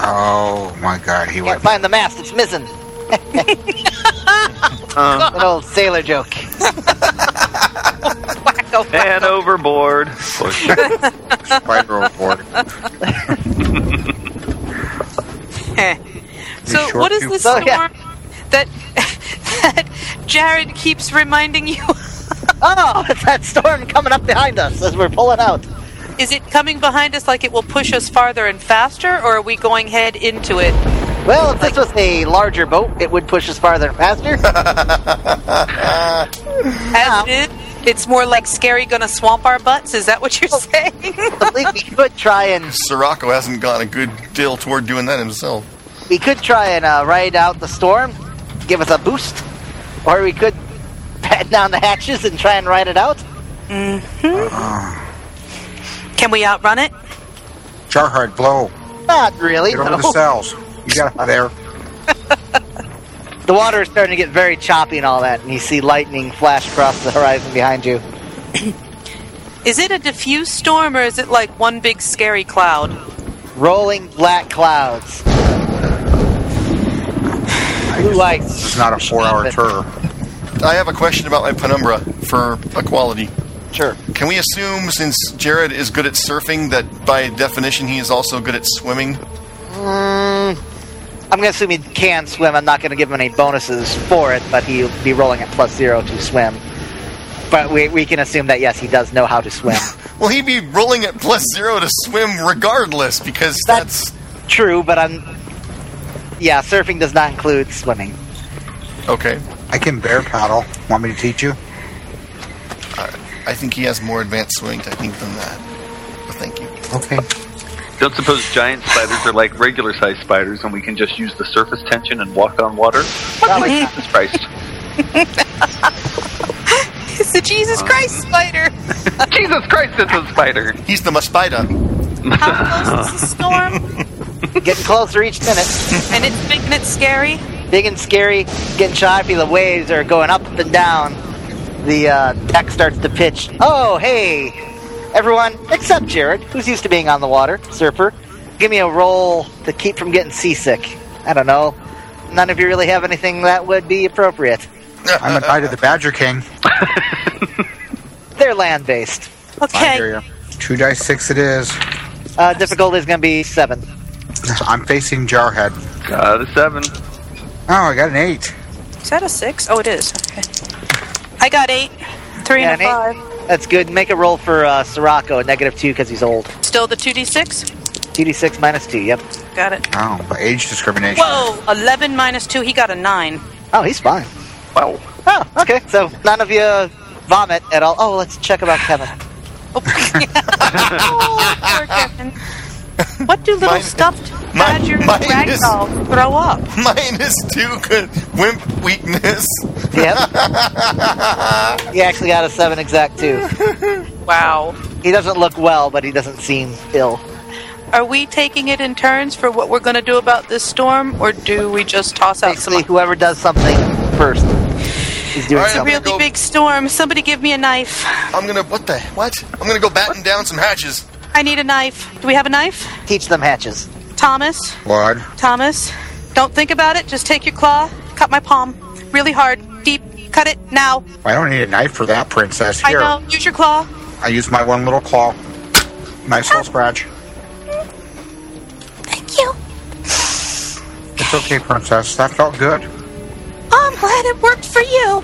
Oh my god, he went. Find the mast. It's mizzen. Um, An old sailor joke. And overboard. Spider overboard. so, sure what is do. this Oh, storm yeah. that, that Jared keeps reminding you Oh, it's that storm coming up behind us as we're pulling out. Is it coming behind us like it will push us farther and faster, or are we going head into it? Well, if this was a larger boat, it would push us farther and faster. As it is, it's more like scary gonna swamp our butts. Is that what you're saying? I believe we could try and Sirocco hasn't gone a good deal toward doing that himself. we could try and uh, ride out the storm, give us a boost, or we could pat down the hatches and try and ride it out. Can we outrun it? Jarhard, blow. Not really. Get over no. the cells. You got out of there. The water is starting to get very choppy and all that, and you see lightning flash across the horizon behind you. Is it a diffuse storm, or is it like one big scary cloud? Rolling black clouds. Blue ice. This is not a four-hour tour. I have a question about my penumbra for equality. Sure. Can we assume, since Jared is good at surfing, that by definition he is also good at swimming? Mm, I'm gonna assume he can swim. I'm not gonna give him any bonuses for it, but he'll be rolling at plus zero to swim. But we, we can assume that yes, he does know how to swim. Well, he'd be rolling at plus zero to swim regardless because that's, true. But I'm yeah, surfing does not include swimming. Okay. I can bear paddle. Want me to teach you? I think he has more advanced swimming technique than that. But thank you. Okay. Don't suppose giant spiders are like regular sized spiders and we can just use the surface tension and walk on water? Like Mhm. Jesus Christ. It's the Jesus Christ spider. Jesus Christ, it's a spider. He's the Muspida. How close is the storm? Getting closer each minute. And it's making it scary. Big and scary, getting choppy. The waves are going up and down. The uh, deck starts to pitch. Oh, hey, everyone except Jared, who's used to being on the water, surfer. Give me a roll to keep from getting seasick. I don't know. None of you really have anything that would be appropriate. I'm a guide of the Badger King. They're land based. I hear Okay. you. Two dice six it is. Uh, difficulty is going to be seven. I'm facing Jarhead. Got a seven. Oh, I got an eight. Is that a six? Oh, it is. Okay. I got eight, three Yeah, and a an five. eight. That's good. Make a roll for uh, Sirocco, negative two because he's old. Still the two d six. 2d6 minus two, yep. Got it. Oh, but age discrimination. Whoa, eleven minus two. He got a nine. Oh, he's fine. Wow. Oh, okay. So none of you vomit at all. Oh, let's check about Kevin. Oh, Poor Griffin. What do little Mine- stuffed mine- badger mine is- ragdoll throw up? Minus two good wimp weakness. Yep. he actually got a seven exact two. Wow. He doesn't look well, but he doesn't seem ill. Are we taking it in turns for what we're going to do about this storm, or do we just toss out Basically, whoever does something first is doing All some? right, I'm something. gonna Really go, big storm. Somebody give me a knife. I'm gonna what the what? I'm gonna go batten down some hatches. I need a knife. Do we have a knife? Teach them hatches. Thomas, Blood. Thomas, don't think about it. Just take your claw, cut my palm really hard, deep. Cut it now. I don't need a knife for that, princess. I Here, I, know. Use your claw. use my one little claw. Nice Ah. little scratch. Thank you. It's okay, princess. That felt good. Oh, I'm glad it worked for you.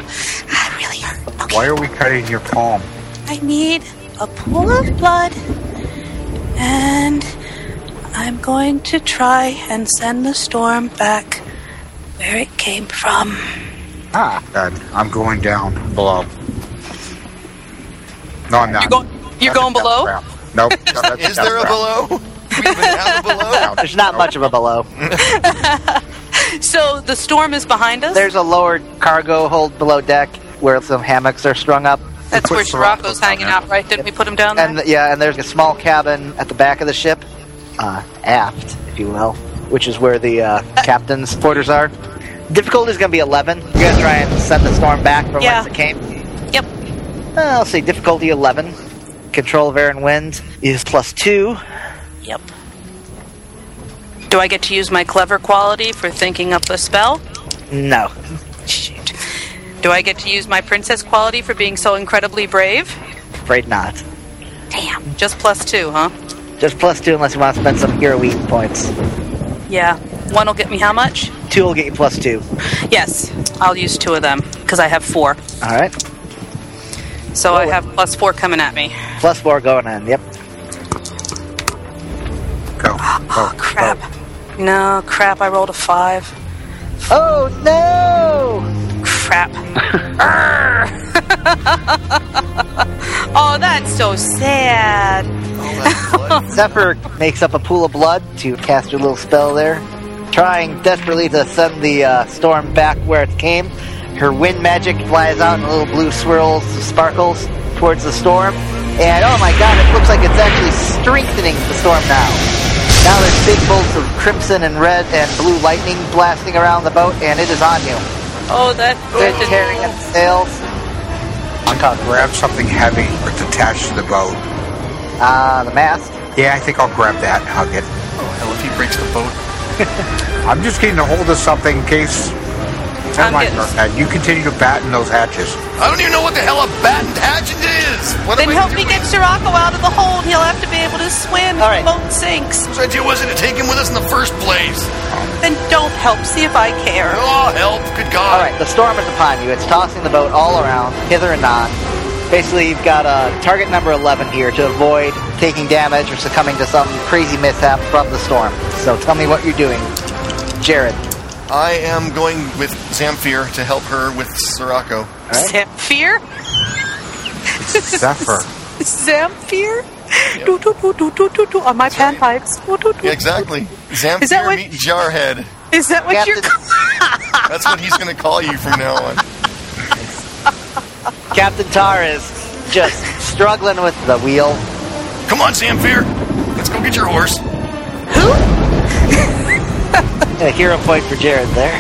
I really hurt. Why are we cutting your palm? I need a pool of blood, and I'm going to try and send the storm back where it came from. Ah, God, I'm going down below. No, I'm not. You're going, you're going below? Nope. No, that's- Is there a that's below? We even have a below? There's not much of a below. So the storm is behind us? There's a lower cargo hold below deck where some hammocks are strung up. That's Put where Sirocco's Sirocco's down hanging there. out, right? Didn't we put him down there? And yeah, and there's a small cabin at the back of the ship, uh, aft, if you will, which is where the uh, captain's quarters are. Difficulty is going to be 11. You're going to try and send the storm back from Yeah. whence it came. Yep. Uh, I'll say difficulty 11. Control of air and wind is plus two. Yep. Do I get to use my clever quality for thinking up a spell? No. Shoot. Do I get to use my princess quality for being so incredibly brave? Afraid not. Damn. Just plus two, huh? Just plus two unless you want to spend some hero weak points. Yeah. One will get me how much? Two will get you plus two. Yes. I'll use two of them because I have four. All right. So I have plus four coming at me. Plus four going in. Yep. Go. Oh, Go. Crap. No, crap. I rolled a five. Oh no! Crap. Arrgh. oh, that's so sad. Zephyr makes up a pool of blood to cast her little spell there, trying desperately to send the uh, storm back where it came. Her wind magic flies out in little blue swirls, sparkles towards the storm, and oh my god, it looks like it's actually strengthening the storm now. Now there's big bolts of crimson and red and blue lightning blasting around the boat, and it is on you. Oh, that. They're tearing at the sails. I'm going to grab something heavy that's attached to the boat. Uh, the mast. Yeah, I think I'll grab that and hug it. Oh hell if he breaks the boat. I'm just getting a hold of something in case Never mind, Darkhead. You continue to batten those hatches. I don't even know what the hell a battened hatchet is. What then am I help me doing? get Sirocco out of the hold. He'll have to be able to swim. All right. He won't sink. Whose idea was it to take him with us in the first place? Then don't help. See if I care. Oh, help. Good God. All right, the storm is upon you. It's tossing the boat all around, hither and non. Basically, you've got uh, target number 11 here to avoid taking damage or succumbing to some crazy mishap from the storm. So tell me what you're doing. Jared. I am going with Zamfir to help her with Sirocco. Zamfir? Zephyr. Zamfir? Do, do, do, do, do, do, do, on my panpipes. Do, do, do. Yeah, exactly. Zamfir Is that what- meet Jarhead. Is that what you're That's what he's going to call you from now on. Captain Tar is just struggling with the wheel. Come on, Zamfir. Let's go get your horse. A hero point for Jared there.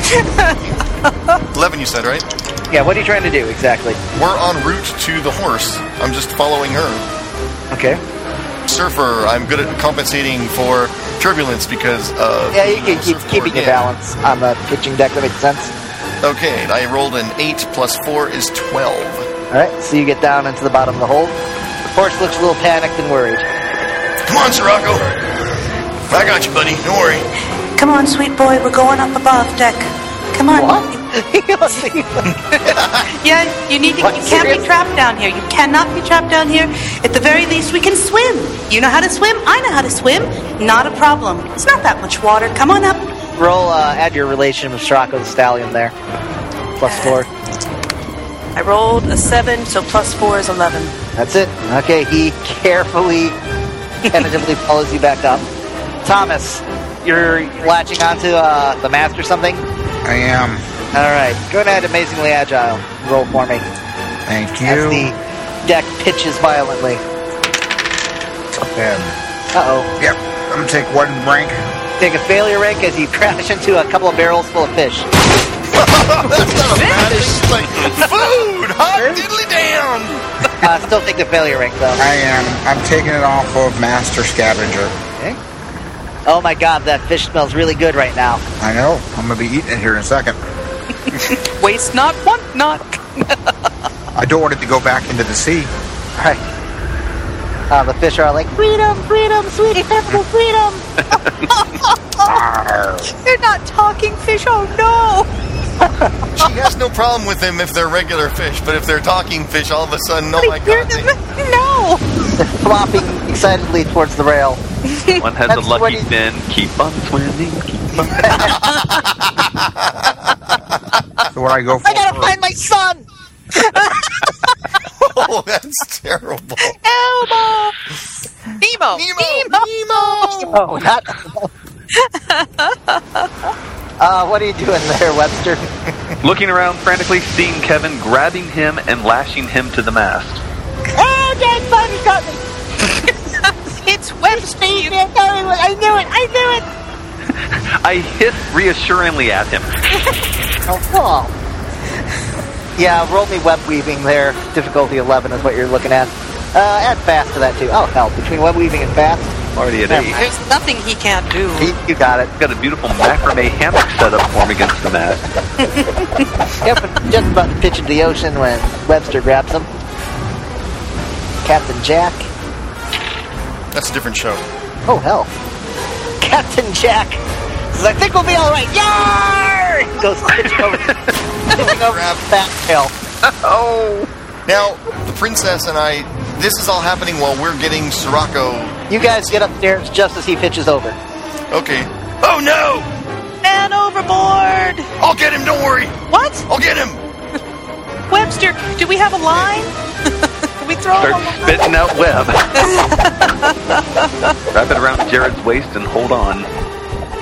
11, you said, right? Yeah, what are you trying to do exactly? We're en route to the horse. I'm just following her. Okay. Surfer, I'm good at compensating for turbulence because of. Yeah, you can keep keeping your yeah. balance on the pitching deck. That makes sense. Okay, I rolled an 8 plus 4 is 12. All right, so you get down into the bottom of the hold. The horse looks a little panicked and worried. Come on, Sirocco. I got you, buddy. Don't worry. Come on, sweet boy, we're going up above deck. Come on. yeah, you need to. you can't be trapped down here. You cannot be trapped down here. At the very least, we can swim. You know how to swim. I know how to swim. Not a problem. It's not that much water. Come on up. Roll, uh, add your relation with Sirocco the Stallion there. Plus four. I rolled a 7, so plus 4 is 11. That's it. Okay, he carefully, tentatively follows you back up. Thomas, you're latching onto uh, the mast or something? I am. All right, go ahead, amazingly agile. Roll for me. Thank As you. the deck pitches violently. Ten. Uh-oh. um, Yep. I'm gonna take one rank. Take a failure rank as you crash into a couple of barrels full of fish. That's not a bad thing. It's like food, hot diddly damn. Uh, still take the failure rank though. I am. I'm taking it off of Master Scavenger. Okay. Oh my god, that fish smells really good right now. I know. I'm gonna be eating it here in a second. Waste not, want not. I don't want it to go back into the sea. Right. Uh, the fish are like, freedom, freedom, sweetie pepper, freedom. They're not talking fish. Oh no! She has no problem with them if they're regular fish, but if they're talking fish, all of a sudden, oh my god. No! flopping excitedly towards the rail. One has a That's lucky what fin. Keep on swimming. Keep on. So what I go for? I gotta find my son. Oh, that's terrible. Elmo! Nemo! Nemo! Oh, not. uh, what are you doing there, Webster? Looking around frantically, seeing Kevin, grabbing him and lashing him to the mast. Oh, Dad, Bunny got me. It's Webster. You I knew it. I knew it. I hit reassuringly at him. Oh, cool. Yeah, roll me web weaving there. Difficulty 11 is what you're looking at. Uh, add fast to that, too. Oh, hell. Between web weaving and fast, Already at Never eight. There's nothing he can't do. you- you got it. Got a beautiful macrame hammock set up for him against the mat. Yep, just about to pitch into the ocean when Webster grabs him. Captain Jack. That's a different show. Oh, hell. Captain Jack says, I think we'll be all right. Yar! Goes pitching over, pitching over the back tail. Oh. Now, the princess and I, this is all happening while we're getting Sirocco. You guys get upstairs just as he pitches over. Okay. Oh no! Man overboard! I'll get him, don't worry! What? I'll get him! Webster, do we have a line? Can we throw him a Start line? spitting out web. Wrap it around Jared's waist and hold on.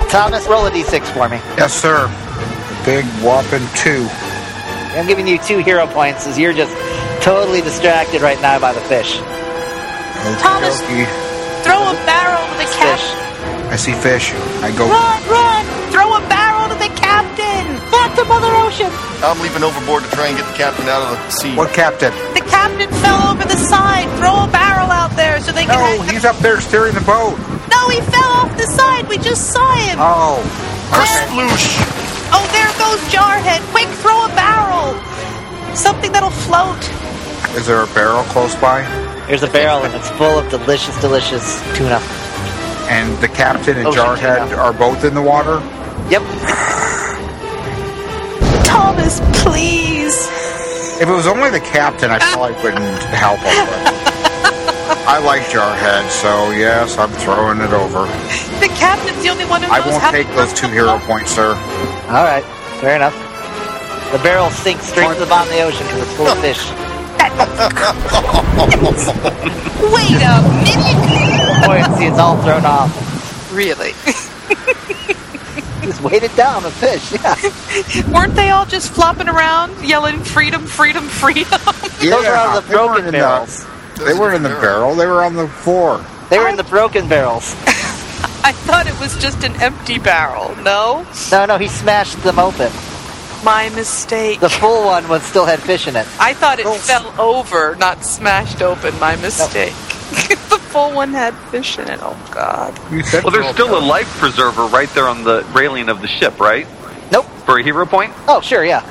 Thomas, roll a d6 for me. Yes, sir. Big whopping two. I'm giving you two hero points as you're just totally distracted right now by the fish. Thomas, Okey-dokey. throw a barrel to the captain. I see fish. I go. Run, run! Throw a barrel to the captain! Back to Mother Ocean! I'm leaping overboard to try and get the captain out of the sea. What captain? The captain fell over the side. Throw a barrel out there so they can. No, he's up there steering the boat. No, he fell off the side. We just saw him. Oh. Sploosh! Oh, there goes Jarhead. Quick, throw a barrel! Something that'll float. Is there a barrel close by? There's a barrel and it's full of delicious, delicious tuna. And the captain and Ocean Jarhead are both in the water. Yep. Thomas, please. If it was only the captain, I probably wouldn't help him. But I like Jarhead, so yes, I'm throwing it over. The captain's the only one who I knows won't how take those two hero points, sir. All right, fair enough. The barrel sinks straight to the bottom of the ocean because it's full of fish. Wait a minute! Buoyancy is all thrown off. Really? Just weighted down with fish. Yeah. Weren't they all just flopping around yelling freedom, freedom, freedom? Those are all the they weren't broken in barrels. The, they weren't in the barrel. They were on the floor. They were in the broken barrels. I thought it was just an empty barrel, no? No, no, he smashed them open. My mistake. The full one was still had fish in it. I thought it fell over, not smashed open. My mistake. the full one had fish in it. Oh, God. Well, there's still a life preserver right there on the railing of the ship, right? Nope. For a hero point? Oh, sure, yeah.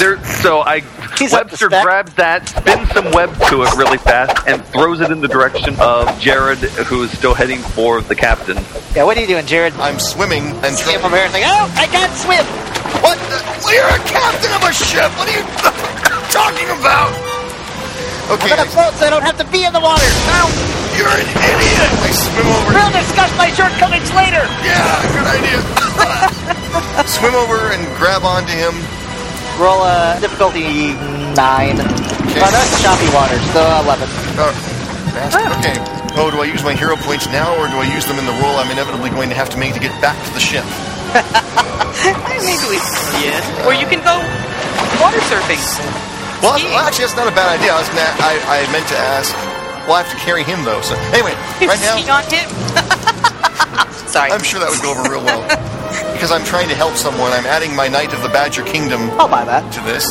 There, so I Webster grabs that, spins some web to it really fast, and throws it in the direction of Jared, who is still heading for the captain. Yeah, what are you doing, Jared? I'm swimming and See if I'm here. It's like, oh, I can't swim. What? The? Well, you're a captain of a ship. What are you talking about? Okay. I'm gonna float so I don't have to be in the water. No. You're an idiot. I swim over. We'll discuss my shortcomings later. Yeah, good idea. swim over and grab onto him. Roll a difficulty nine. Oh, that's choppy water, so eleven. Oh, bastard. Okay. Oh, do I use my hero points now, or do I use them in the roll I'm inevitably going to have to make to get back to the ship? Maybe we Or you can go water surfing. Well, that's- well, actually, that's not a bad idea. I was gonna, I, I meant to ask. Well, I have to carry him though. So anyway, right now, Ski on him. Sorry. I'm sure that would go over real well because I'm trying to help someone. I'm adding my Knight of the Badger Kingdom. I'll buy that. To this,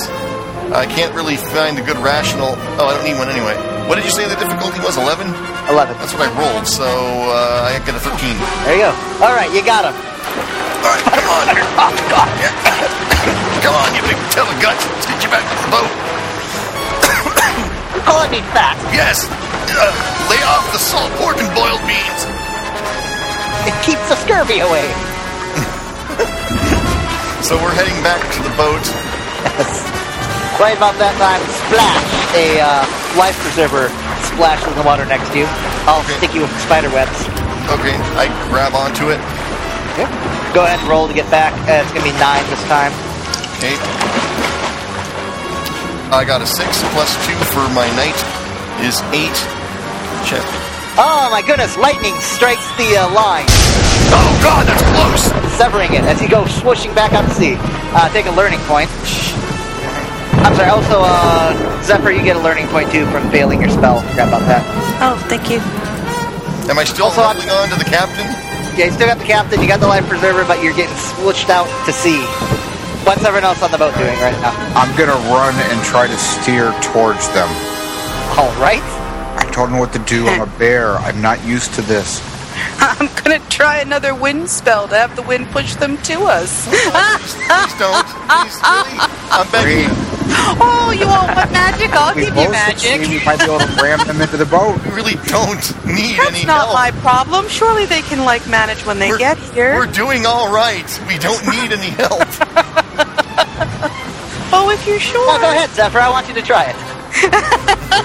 I can't really find a good rational. Oh, I don't need one anyway. What did you say the difficulty was? Eleven. Eleven. That's what I rolled. So uh, I got a thirteen. There you go. All right, you got him. All right, come on. oh God. come on, you big tail of guts. Let's get you back to the boat. You're calling me fat. Yes. Uh, lay off the salt pork and boiled beans. It keeps the scurvy away. So we're heading back to the boat. Right about that time, splash! A uh, life preserver splashes in the water next to you. I'll stick you with spider webs. Okay, I grab onto it. Yep. Go ahead and roll to get back. Uh, it's gonna be nine this time. Okay. I got a six plus two for my knight is eight. Check. Oh my goodness! Lightning strikes the uh, line. Oh god, that's close! Severing it as you go swooshing back out to sea. Uh, take a learning point. I'm sorry. Also, uh, Zephyr, you get a learning point too from failing your spell. Forgot about that. Oh, thank you. Am I still holding on to the captain? Yeah, you still got the captain. You got the life preserver, but you're getting swooshed out to sea. What's everyone else on the boat doing right now? I'm gonna run and try to steer towards them. All right. I don't know what to do. I'm a bear. I'm not used to this. I'm gonna try another wind spell to have the wind push them to us. Please don't. Please, really. I'm begging you. oh, you all want magic? I'll We give you both succeed. magic. We might be able to ram them into the boat. We really don't need any That's not help. my problem. Surely they can like manage when they We're- get We're here. doing all right. We don't need any help. Oh, if you're sure. Oh, go ahead, Zephyr. I want you to try it.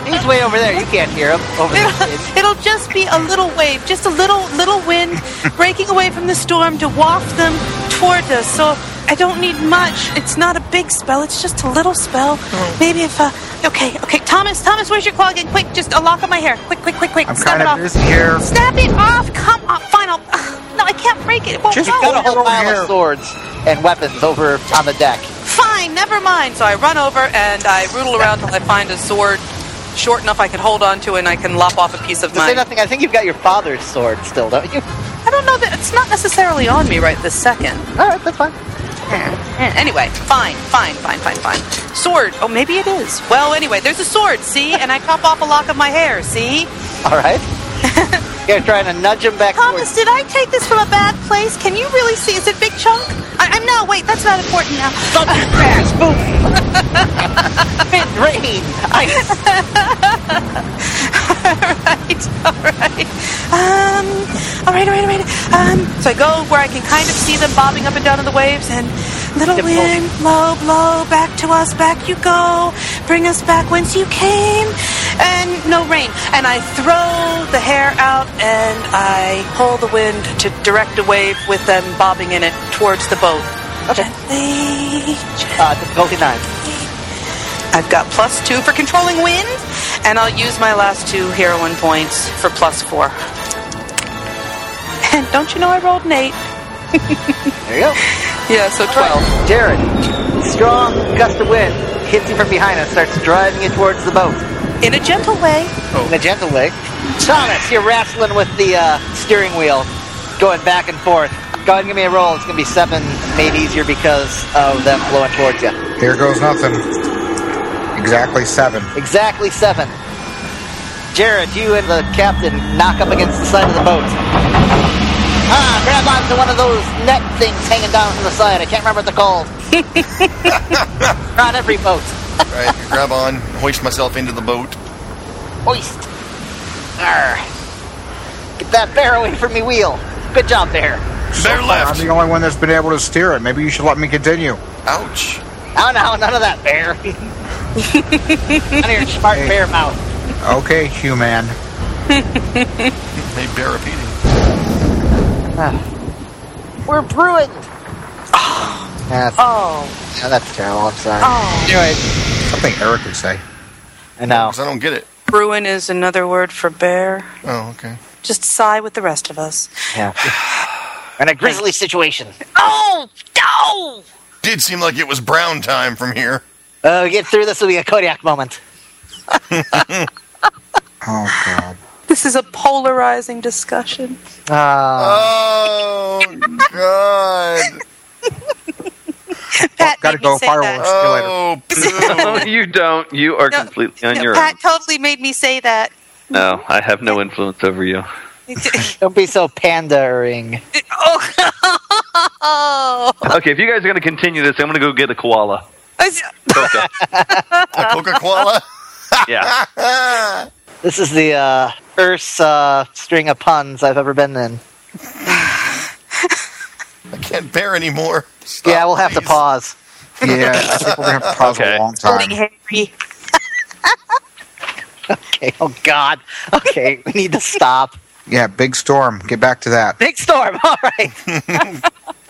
He's way over there. You can't hear him. Over the shade. It'll, it'll just be a little wave, just a little little wind breaking away from the storm to waft them toward us. So I don't need much. It's not a big spell. It's just a little spell. Maybe if uh, okay, okay, Thomas, Thomas, where's your claw again? Quick, just a lock on my hair. Quick, quick, quick, quick. I'm Snap kind it of off. busy here. Snap it off. Come on, fine. I'll, no, I can't break it. It won't You've go. got a whole pile of swords and weapons over on the deck. Fine, never mind. So I run over and I roodle around till I find a sword short enough I can hold on to and I can lop off a piece of To say mine. nothing, I think you've got your father's sword still, don't you? I don't know that it's not necessarily on me right this second. All right, that's fine. Anyway, fine, fine, fine, fine, fine. Sword. Oh, maybe it is. Well, anyway, there's a sword, see? And I chop off a lock of my hair, see? All right. You're trying to nudge him back Thomas, towards. did I take this from a bad place? Can you really see? Is it Big Chunk? I, I'm no. Wait, that's not important now. Thunder crash, boom. rain, ice. all right, all right. Um, all right, all right, all right. Um, so I go where I can kind of see them bobbing up and down in the waves, and little Dipple. wind, blow, blow, back to us, back you go, bring us back whence you came, and no rain. And I throw the hair out, and I pull the wind to direct a wave with them bobbing in it towards the boat. Okay. Gently, Uh, difficulty nine. I've got plus two for controlling wind, and I'll use my last two heroine points for plus four. And don't you know I rolled an eight? There you go. Yeah, so 12. Jared, strong gust of wind hits you from behind us, starts driving you towards the boat. In a gentle way. In a gentle way. Thomas, you're wrestling with the uh, steering wheel, going back and forth. Go ahead and give me a roll. It's going to be seven, made easier because of them blowing towards you. Here goes nothing. Exactly seven. Exactly seven. Jared, you and the captain knock up against the side of the boat. Ah, grab onto one of those net things hanging down from the side. I can't remember what they're called. Not every boat. right, grab on, hoist myself into the boat. Hoist. Arr. Get that bear away from me wheel. Good job, bear. So far, I'm the only one that's been able to steer it. Maybe you should let me continue. Ouch. Oh no, none of that bear. None of your smart bear mouth. Okay, human. They bear repeating. We're ruined. That's, oh. Yeah, that's terrible. I'm sorry. Oh. Anyway, Something Eric would say. I know. Because I don't get it. Bruin is another word for bear. Oh, okay. Just sigh with the rest of us. Yeah. In a grisly situation. Oh, no! Did seem like it was brown time from here. Oh, we get through this will be a Kodiak moment. Oh god. This is a polarizing discussion. Uh, Oh God! Pat Gotta made me go say fireworks. that. See you later. Oh, no, you don't. You are No, completely on no, your own. Pat totally made me say that. No, I have no influence over you. don't be so pandering. oh, Okay, if you guys are going to continue this, I'm going to go get a koala. I s- Coca. A Coca-Cola. yeah. Ah. This is the uh, first uh, string of puns I've ever been in. I can't bear anymore. Stop, yeah, we'll have to please. pause. Yeah, I think we're gonna have to pause for Okay. a long time. Harry. Okay. Oh God. Okay, we need to stop. Yeah, big storm. Get back to that. Big storm. All right.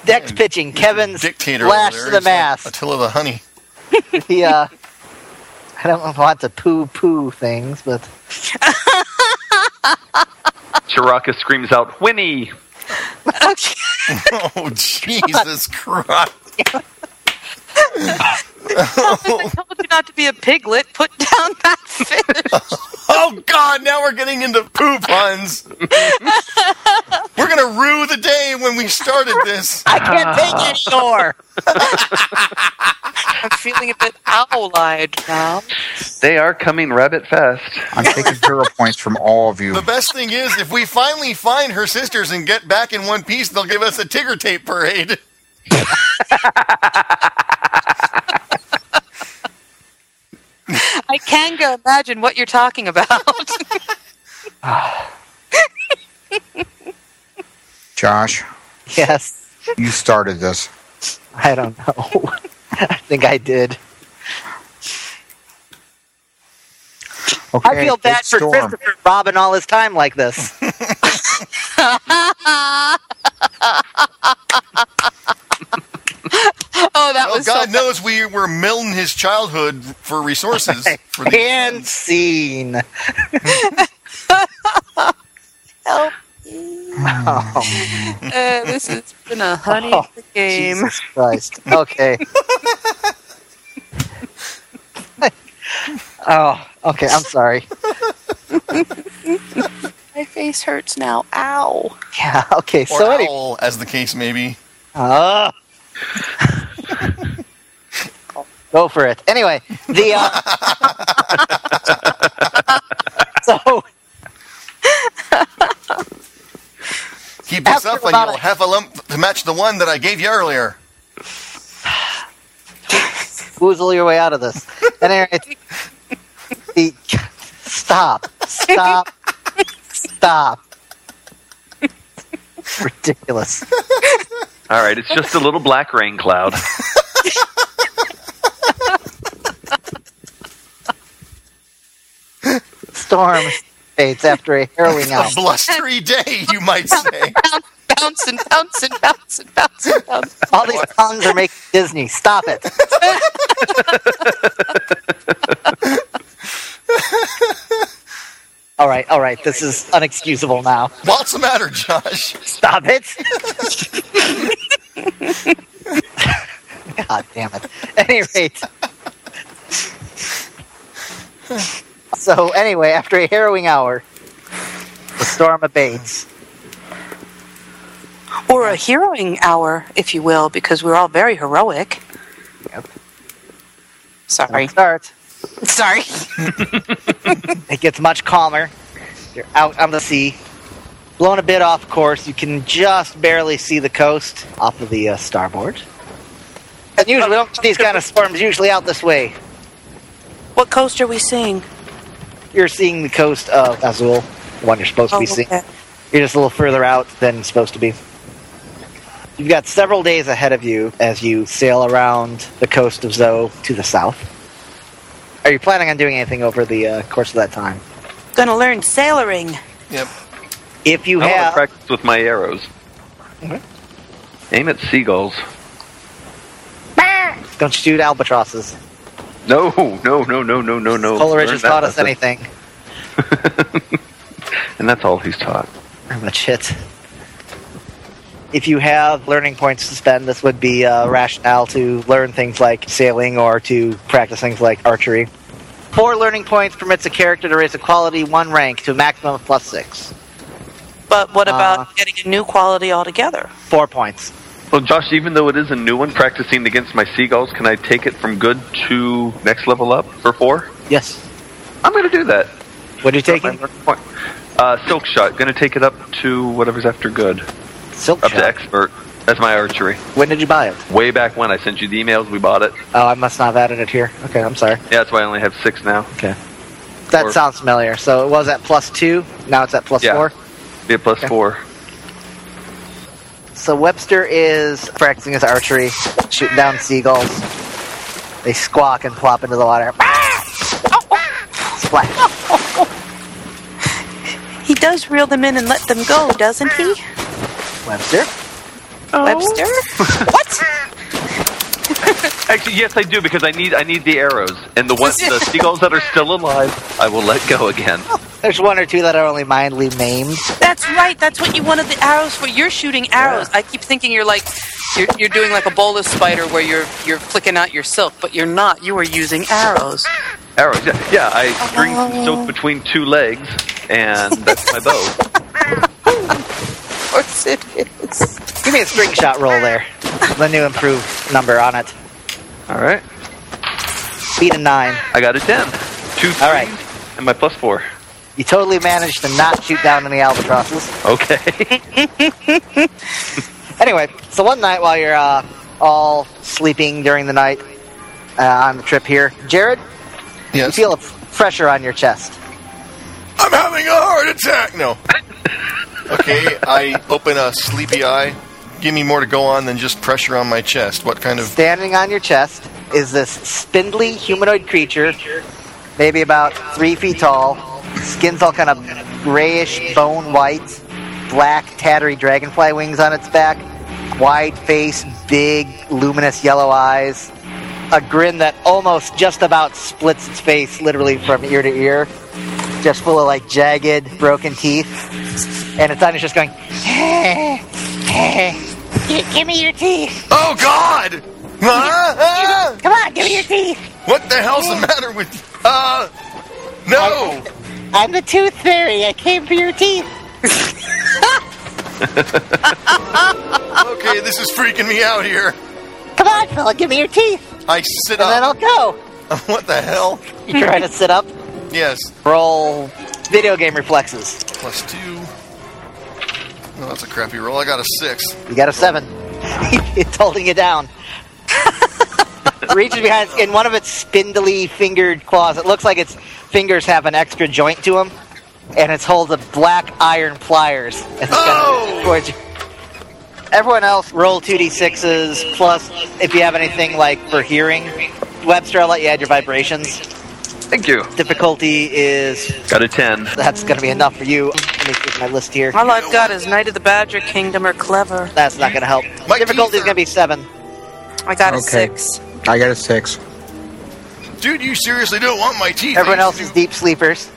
Dex pitching. Kevin's Dictator. flash over to the there. He's like mast. Attila the Honey. The uh, I don't want to poo poo things, but Chiraka screams out, Winnie! Okay. Oh Jesus Christ! I told you not to be a piglet. Put down that fish. Oh God! Now we're getting into poo puns. we're gonna rue the day when we started this. I can't take it anymore. I'm feeling a bit owl-eyed now. They are coming rabbit fast. I'm taking zero points from all of you. The best thing is, if we finally find her sisters and get back in one piece, they'll give us a ticker tape parade. I can go imagine what you're talking about. Oh, Josh, Yes. you started this. I don't know. I think I did. Okay. I feel big bad for storm. Christopher robbing all his time like this. oh, that Oh, was so God knows we were milling his childhood for resources. For the- and scene. help. Oh, Uh, this has been a honey Oh, game. Jesus Christ. Okay. oh, okay. I'm sorry. My face hurts now. Ow. Yeah. Okay. or So anyway. owl, as the case may be. Uh, go for it. Anyway, the uh, so Keep this After up, and about you'll a- have a lump to match the one that I gave you earlier. Woozle your way out of this. And anyway, the, stop, stop, stop. Ridiculous. All right, it's just a little black rain cloud. Storm fades after a harrowing A out. blustery day, you might say. Bounce and bounce and bounce and bounce and bounce. All these songs are making Disney. Stop it. all right, all right. This is unexcusable now. What's the matter, Josh? Stop it. God damn it. At any rate. So, anyway, after a harrowing hour, the storm abates. Or a heroing hour, if you will, because we're all very heroic. Yep. Sorry. Start. Sorry. It gets much calmer. You're out on the sea. Blown a bit off course. You can just barely see the coast off of the uh, starboard. And usually, Oh. these kind of storms usually out this way. What coast are we seeing? You're seeing the coast of Azul, the one you're supposed to be Oh, seeing. okay. You're just a little further out than supposed to be. You've got several days ahead of you as you sail around the coast of Zoe to the south. Are you planning on doing anything over the uh, course of that time? Gonna learn sailoring. Yep. If you I want have to practice with my arrows. Okay. Aim at seagulls. Don't shoot albatrosses. No, no, no, no, no, no, no. Coleridge Learn has that taught us lesson. anything. And that's all he's taught. Pretty much it. If you have learning points to spend, this would be uh, rationale to learn things like sailing or to practice things like archery. Four learning points permits a character to raise a quality one rank to a maximum of plus six. But what about Uh. getting a new quality altogether? Four points. Well, Josh, even though it is a new one, practicing against my seagulls, can I take it from good to next level up for four? Yes. I'm going to do that. What are you taking? Uh, silk shot. Going to take it up to whatever's after good. Silk up shot. to expert. That's my archery. When did you buy it? Way back when I sent you the emails, we bought it. Oh, I must not have added it here. Okay, I'm sorry. Yeah, that's why I only have six now. Okay. That Or- sounds familiar. So it was at plus two. Now it's at plus Yeah. four. Be a plus Okay. four. So Webster is practicing his archery, shooting down seagulls. They squawk and plop into the water. Splash. He does reel them in and let them go, doesn't he? Webster. Webster? what? Actually, yes, I do because I need I need the arrows and the one the seagulls that are still alive. I will let go again. There's one or two that are only mildly maimed. That's right. That's what you wanted the arrows for. You're shooting arrows. I keep thinking you're like you're, you're doing like a bolus spider where you're you're flicking out yourself, but you're not. You are using arrows. Arrows. Yeah, yeah I string some silk between two legs, and that's my bow. Of course it is. Give me a string shot roll there. The new improved number on it. All right, Beat a nine. I got a ten. Two. All right. And my plus four. You totally managed to not shoot down any albatrosses. Okay. Anyway, so one night while you're uh, all sleeping during the night uh, on the trip here, Jared, you feel a f- pressure on your chest. I'm having a heart attack. No. Okay, I open a sleepy eye. Give me more to go on than just pressure on my chest. What kind of Standing on your chest is this spindly humanoid creature, maybe about three feet tall, skin's all kind of grayish, bone white, black, tattery dragonfly wings on its back, wide face, big, luminous yellow eyes, a grin that almost just about splits its face literally from ear to ear, just full of like jagged, broken teeth. And its on is just going, Give me your teeth. Oh God! Huh? Come on, give me your teeth. What the hell's the matter with you? Uh, no! I'm the tooth fairy. I came for your teeth. Okay, this is freaking me out here. Come on, fella, give me your teeth. I sit and then up. I'll go. What the hell? Oh. You try to sit up. Yes, Roll video game reflexes. plus two. Oh, that's a crappy roll. I got a six. You got a seven. it's holding you down. reaches behind in one of its spindly fingered claws. It looks like its fingers have an extra joint to them, and it holds a black iron pliers. And it's oh! towards you. Everyone else, roll two d sixes plus if you have anything like for hearing. Webster, I'll let you add your vibrations. Thank you. Difficulty is Got a 10. that's going to be enough for you. Let me get my list here. All I've got is Knight of the Badger Kingdom or Clever. That's not going to help. Difficulty is going to be seven. I got a six. I got a six. Dude, you seriously don't want my teeth. Everyone else is deep sleepers.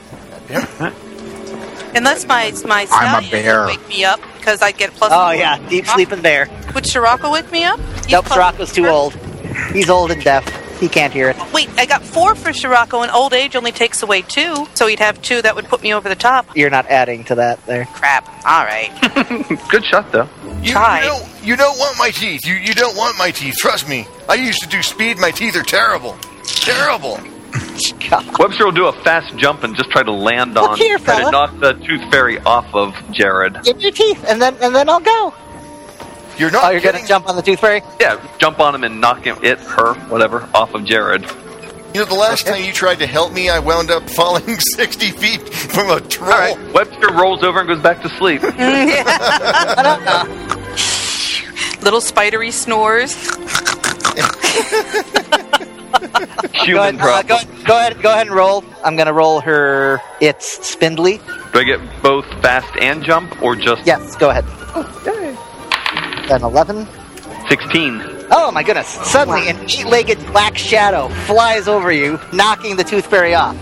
Unless my my I'm a stallion bear. would wake me up because I get plus. Oh one. yeah, deep sleeping bear. Would Scirocco wake me up? You Nope, fuck- Sirocco's too old. He's old and deaf. He can't hear it. Wait, I got four for Scirocco, and old age only takes away two, so he'd have two that would put me over the top. You're not adding to that there. Crap. All right. Good shot, though. You, you don't, you don't want my teeth. You you don't want my teeth. Trust me. I used to do speed. My teeth are terrible. Terrible. Webster will do a fast jump and just try to land Look on, here, try to fella. knock the tooth fairy off of Jared. Give me your teeth, and then and then I'll go. You're not. Oh, you're gonna jump on the tooth fairy. Yeah, jump on him and knock him, it, her, whatever, off of Jared. You know, the last time you tried to help me, I wound up falling sixty feet from a troll. Webster rolls over and goes back to sleep. Little spidery snores. go ahead, Human uh, problem. go, go ahead, go ahead and roll. I'm gonna roll her. It's spindly. Do I get both fast and jump, or just Yes, go ahead. An eleven. 16? Oh my goodness! Suddenly, an eight-legged black shadow flies over you, knocking the tooth fairy off.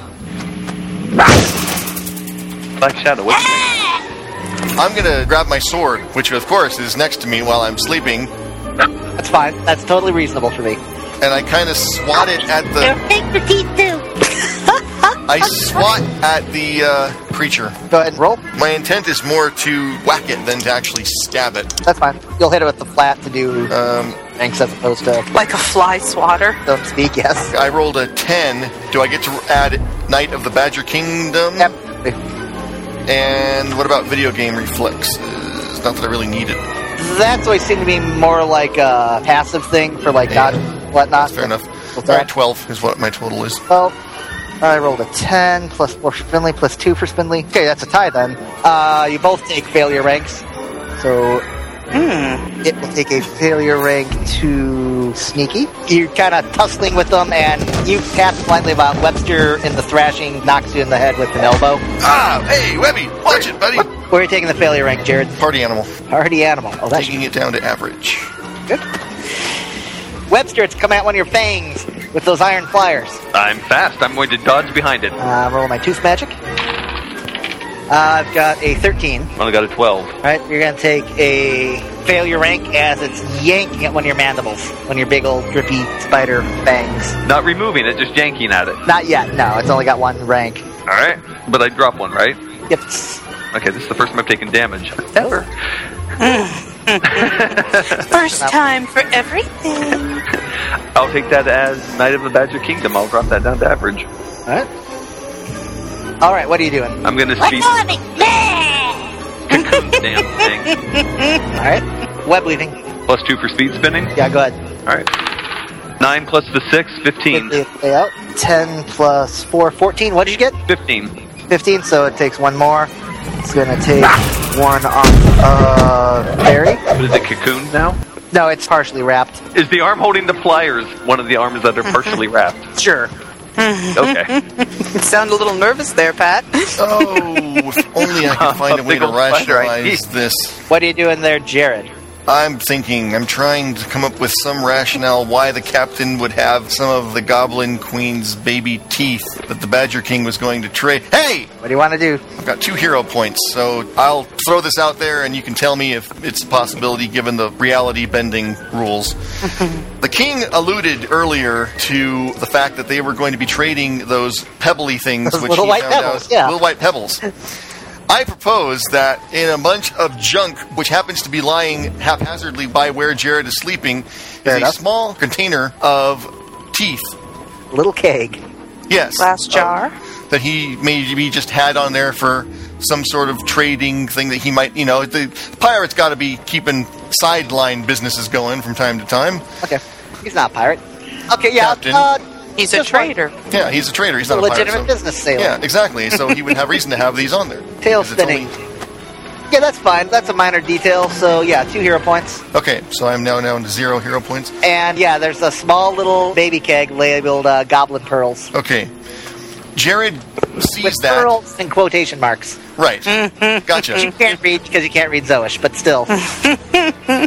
Black Shadow, what you I'm gonna grab my sword, which of course is next to me while I'm sleeping, That's fine. That's totally reasonable for me. and I kind of swat it at the. Don't take your teeth too. I swat at the uh, creature. Go ahead and roll. My intent is more to whack it than to actually stab it. That's fine. You'll hit it with the flat to do Um, ranks as opposed to, Like a fly swatter. so to speak. Yes. I rolled a ten. Do I get to add Knight of the Badger Kingdom? Yep. And what about video game reflexes? Not that I really need it. That's always seemed to be more like a passive thing for like Yeah. not whatnot. Fair enough. Well, All sorry. right, twelve is what my total is. Well, I rolled a 10, plus 4 for Spindly, plus 2 for Spindly. Okay, that's a tie then. Uh, you both take failure ranks. So, it will take a failure rank to Sneaky. You're kind of tussling with them, and you pass blindly about Webster in the thrashing, knocks you in the head with an elbow. Ah, hey, Webby, watch it, buddy. Where are you taking the failure rank, Jared? Party animal. Hardy animal. Oh, that's Taking it down to average. good. Webster, it's come out one of your fangs with those iron pliers. I'm fast. I'm going to dodge behind it. Uh, roll my tooth magic. Uh, I've got a 13. Only got a 12. All right, you're gonna take a failure rank as it's yanking at one of your mandibles, one of your big old drippy spider fangs. Not removing it, just yanking at it. Not yet, no. It's only got one rank. All right, but I drop one, right? Yep. Okay, this is the first time I've taken damage ever. First time for everything. I'll take that as Knight of the Badger Kingdom. I'll drop that down to average. All right. All right, what are you doing? I'm gonna What's speed on me? Meh. cocoon damn thing. All right, web weaving. Plus two for speed spinning. Yeah, go ahead. All right. Nine plus the six, fifteen. Quickly out. 10 plus 4, 14. What did you get? Fifteen. 15, so it takes one more. It's gonna take one off of Barry. But is it cocoon now? No, it's partially wrapped. Is the arm holding the pliers one of the arms that are partially wrapped? Sure. Okay. Sound a little nervous there, Pat. Oh, if only I could find a way Big to old spider, I rationalize this. What are you doing there, Jared? I'm thinking, I'm trying to come up with some rationale why the captain would have some of the Goblin Queen's baby teeth that the Badger King was going to trade. Hey! What do you want to do? I've got two hero points, so I'll throw this out there and you can tell me if it's a possibility given the reality bending rules. the king alluded earlier to the fact that they were going to be trading those pebbly things, Those which little he white found pebbles, out yeah. little white pebbles. I propose that in a bunch of junk, which happens to be lying haphazardly by where Jared is sleeping, is enough. a small container of teeth. Little keg. Yes, Glass jar. that he maybe just had on there for some sort of trading thing that he might, you know, the pirate's got to be keeping sideline businesses going from time to time. Okay. He's not a pirate. Okay, yeah. captain. Uh, he's a traitor. yeah, he's a trader. He's a not a pirate, legitimate so- business sailor. Yeah, exactly. So he would have reason to have these on there. Tail Because it's spinning. only- Yeah, that's fine. That's a minor detail. So yeah, two hero points. Okay, so I'm now down to zero hero points. And yeah, there's a small little baby keg labeled uh, Goblin Pearls. Okay. Jared sees With that. Pearls in quotation marks. Right. Mm-hmm. Gotcha. You can't read because you can't read Zoish, but still. but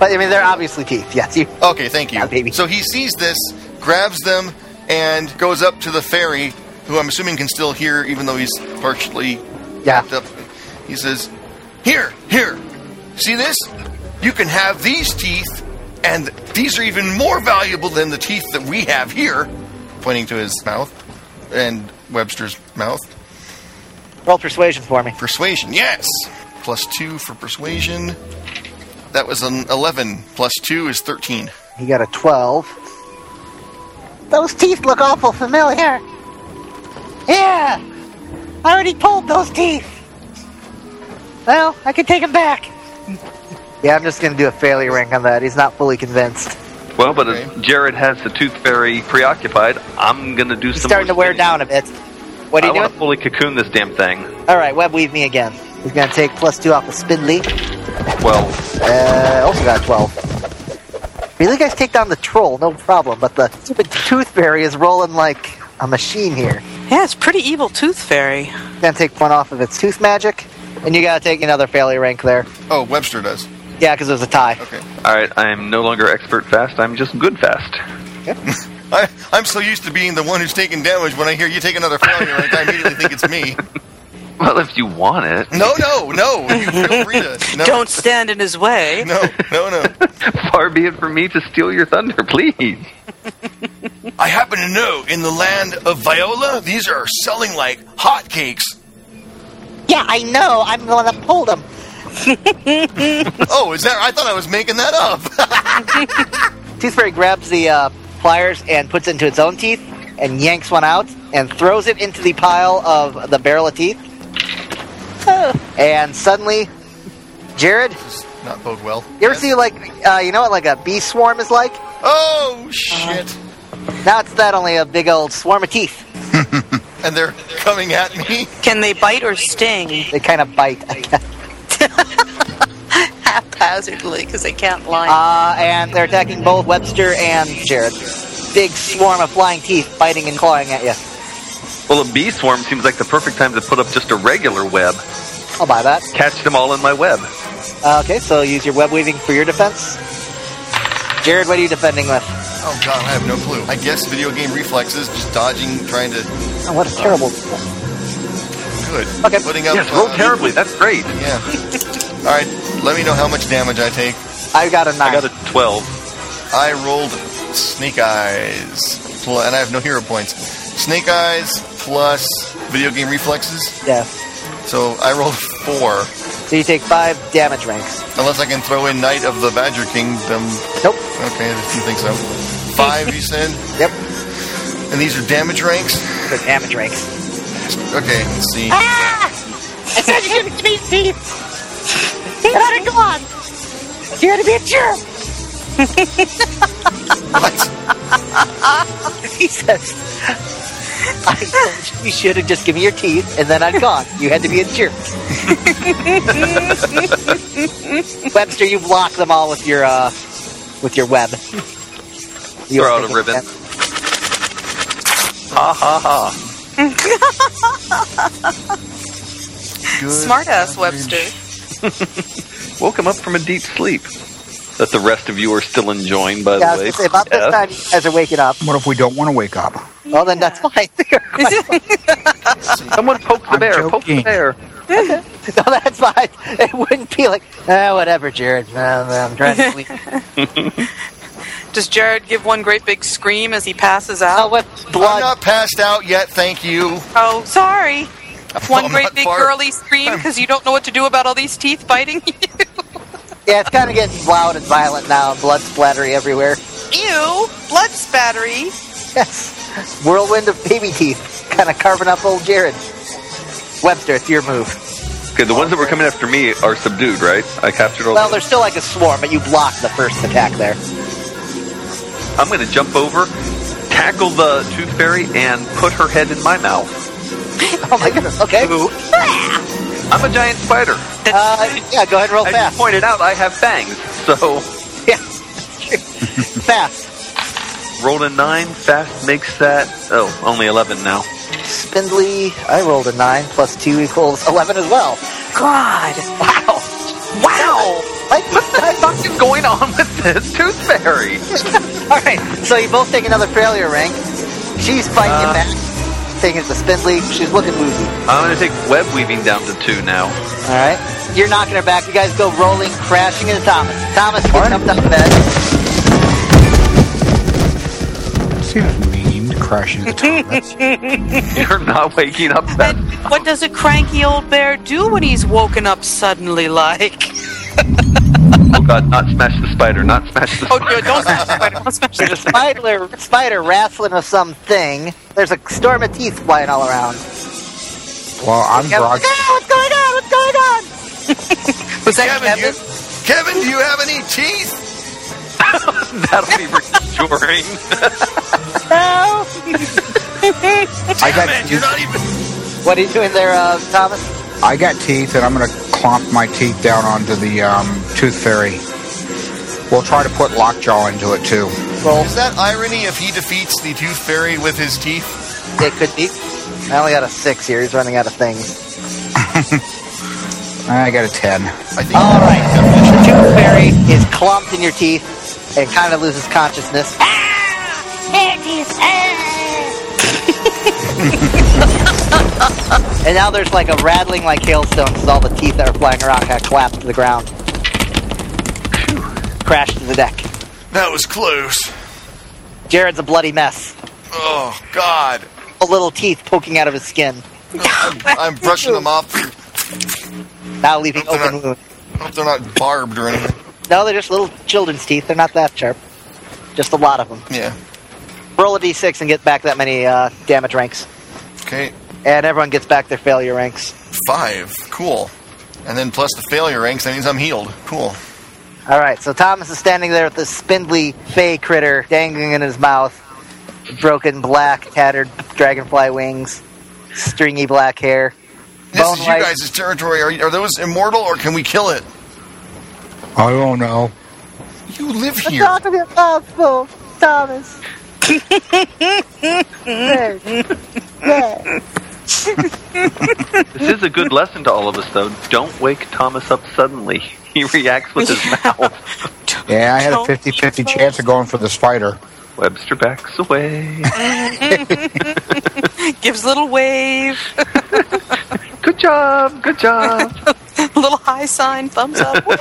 I mean, they're obviously teeth. Yes, you. Okay, thank you. So he sees this, grabs them, and goes up to the fairy, who I'm assuming can still hear, even though he's partially wrapped up. He says, "Here, here, see this? You can have these teeth, and these are even more valuable than the teeth that we have here." Pointing to his mouth and Webster's mouth. Roll persuasion for me. Persuasion, yes. Plus two for persuasion. That was an eleven. Plus two is thirteen. He got a twelve. Those teeth look awful familiar. Yeah, I already pulled those teeth. Well, I can take them back. Yeah, I'm just gonna do a failure rank on that. He's not fully convinced. Well, but as Jared has the tooth fairy preoccupied, I'm gonna do He's some. starting to wear down a bit. What are you I want to fully cocoon this damn thing. All right, web weave me again. He's gonna take plus two off of Spindly. Well, Uh, also got a 12. Really, guys take down the troll, no problem, but the stupid tooth fairy is rolling like a machine here. Yeah, it's pretty evil tooth fairy. Gonna take one off of its tooth magic, and you gotta take another failure rank there. Oh, Webster does. Yeah, because it was a tie. Okay. all right, I am no longer expert fast. I'm just good fast. I, I'm so used to being the one who's taking damage. When I hear you take another failure, rank, I immediately think it's me. Well, if you want it. No, no, no. You feel free to. No, Don't stand in his way. no, no, no. Far be it from me to steal your thunder, please. I happen to know in the land of Viola, these are selling like hotcakes. Yeah, I know. I'm the one that pulled him. oh, is that? I thought I was making that up. tooth fairy grabs the uh, pliers and puts it into its own teeth, and yanks one out, and throws it into the pile of the barrel of teeth. And suddenly, Jared, Not bode well. You ever see like uh, you know what like a bee swarm is like? Oh shit! Now it's that only a big old swarm of teeth. and they're coming at me. Can they bite or sting? They kind of bite. I guess. Haphazardly, because they can't line. uh, and they're attacking both Webster and Jared. Big swarm of flying teeth biting and clawing at you. Well, a bee swarm seems like the perfect time to put up just a regular web. I'll buy that. Catch them all in my web. Uh, okay, so use your web weaving for your defense. Jared, what are you defending with? Oh god, I have no clue. I guess video game reflexes, just dodging, trying to. Oh, what a terrible. Good. Okay. Putting up. Yes, roll uh, terribly. That's great. Yeah. All right. Let me know how much damage I take. I got a nine. I got a twelve. I rolled Snake Eyes, pl- and I have no hero points. Snake Eyes plus video game reflexes. Yes. So I rolled four. So you take five damage ranks. Unless I can throw in Knight of the Badger Kingdom. Nope. Okay, I didn't think so. Five, you said? yep. And these are damage ranks? They're damage ranks. Okay, let's see. I said you didn't meet me. Get out of gone. You're to be a jerk. he says, I told you, you should have just given me your teeth and then I'd gone. You had to be a jerk. Webster, you block them all with your uh, with your web. You Throw are out a ribbon. Ha ha ha. Smartass Webster. Woke him up from a deep sleep. That the rest of you are still enjoying, by Yeah, I the was way. gonna say about Yes. this time you guys are waking up. What if we don't want to wake up? Well, then that's fine. Someone poke the bear. Poke the bear. no, that's fine. It wouldn't be like, ah, whatever, Jared. Uh, I'm trying to sleep. Does Jared give one great big scream as he passes out? Oh, what I'm not passed out yet, thank you. Oh, sorry. Oh, One great not big far. girly scream because you don't know what to do about all these teeth biting you. Yeah, it's kind of getting loud and violent now. Blood splattery everywhere. Ew! Blood spattery. Yes. Whirlwind of baby teeth, kind of carving up old Jared. Webster, it's your move. Okay, the ones that were coming after me are subdued, right? I captured all. Well, there's still like a swarm, but you blocked the first attack there. I'm going to jump over, tackle the tooth fairy, and put her head in my mouth. oh my goodness! Okay. I'm a giant spider. Uh, yeah, go ahead and roll I fast. just pointed out I have fangs, so yeah, fast. rolled a nine. Fast makes that oh only eleven now. Spindly. I rolled a nine plus two equals eleven as well. God! Wow! Wow! What the fuck is going on with this tooth fairy? All right, so you both take another failure rank. She's fighting Uh. you back. Taking it to Spindly. She's looking woozy. I'm going to take web weaving down to two now. All right. You're knocking her back. You guys go rolling, crashing into Thomas. Thomas gets jumped on the bed. See that mean crashing into You're not waking up that What does a cranky old bear do when he's woken up suddenly? Like, Oh god, not smash the spider, not smash the oh, spider. no, don't smash the spider! Don't smash There's a the spider, spider wrestling with something. There's a storm of teeth flying all around. Well, I'm Yeah, grog- "Ah, what's going on? What's going on? Was that Kevin? Kevin? You, Kevin, do you have any teeth? That'll be reassuring. I got teeth. What are you doing there, uh, Thomas? I got teeth, and I'm going to clomp my teeth down onto the um, tooth fairy. We'll try to put lockjaw into it too. Is that irony if he defeats the tooth fairy with his teeth? It could be. I only got a six here. He's running out of things. I got a ten. All right. The tooth fairy is clumped in your teeth and kind of loses consciousness. and now there's like a rattling like hailstones as all the teeth that are flying around kind of collapse to the ground. Crash to the deck. That was close. Jared's a bloody mess. Oh God! A little teeth poking out of his skin. I'm brushing them off. Now leaving open wound. Hope they're not barbed or anything. No, they're just little children's teeth. They're not that sharp. Just a lot of them. Yeah. Roll a d6 and get back that many uh, damage ranks. Okay. And everyone gets back their failure ranks. Five. Cool. And then plus the failure ranks. That means I'm healed. Cool. All right, so Thomas is standing there with this spindly fey critter dangling in his mouth, broken black, tattered dragonfly wings, stringy black hair. This is you Bone-like- guys' territory. Are, are those immortal or can we kill it? I don't know. You live I'm here. talking about mouthful, Thomas. There. There. This is a good lesson to all of us, though. Don't wake Thomas up suddenly. He reacts with his mouth. Yeah, I had a 50 50 chance of going for the spider. Webster backs away. spider! Gives little wave. good job, good job. little high sign, thumbs up. Woo!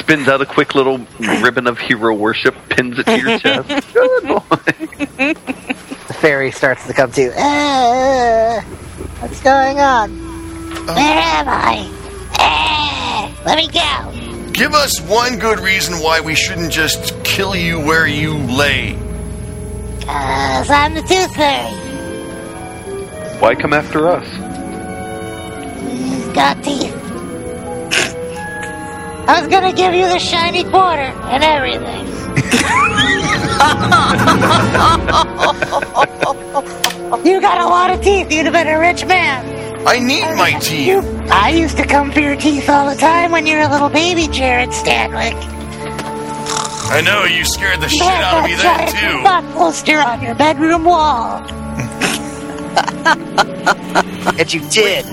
Spins out a quick little ribbon of hero worship, pins it to your chest. The fairy starts to come to. Eh, What's going on? Where am I? Eh, Let me go. Give us one good reason why we shouldn't just kill you where you lay. Uh, so I'm the tooth fairy. Why come after us? He's got teeth. I was gonna give you the shiny quarter and everything. you got a lot of teeth. You'd have been a rich man. I need my teeth. I used to come for your teeth all the time when you were a little baby, Jared Stanwick. I know you scared the You shit had out that of me then giant too. butt poster on your bedroom wall. And you did.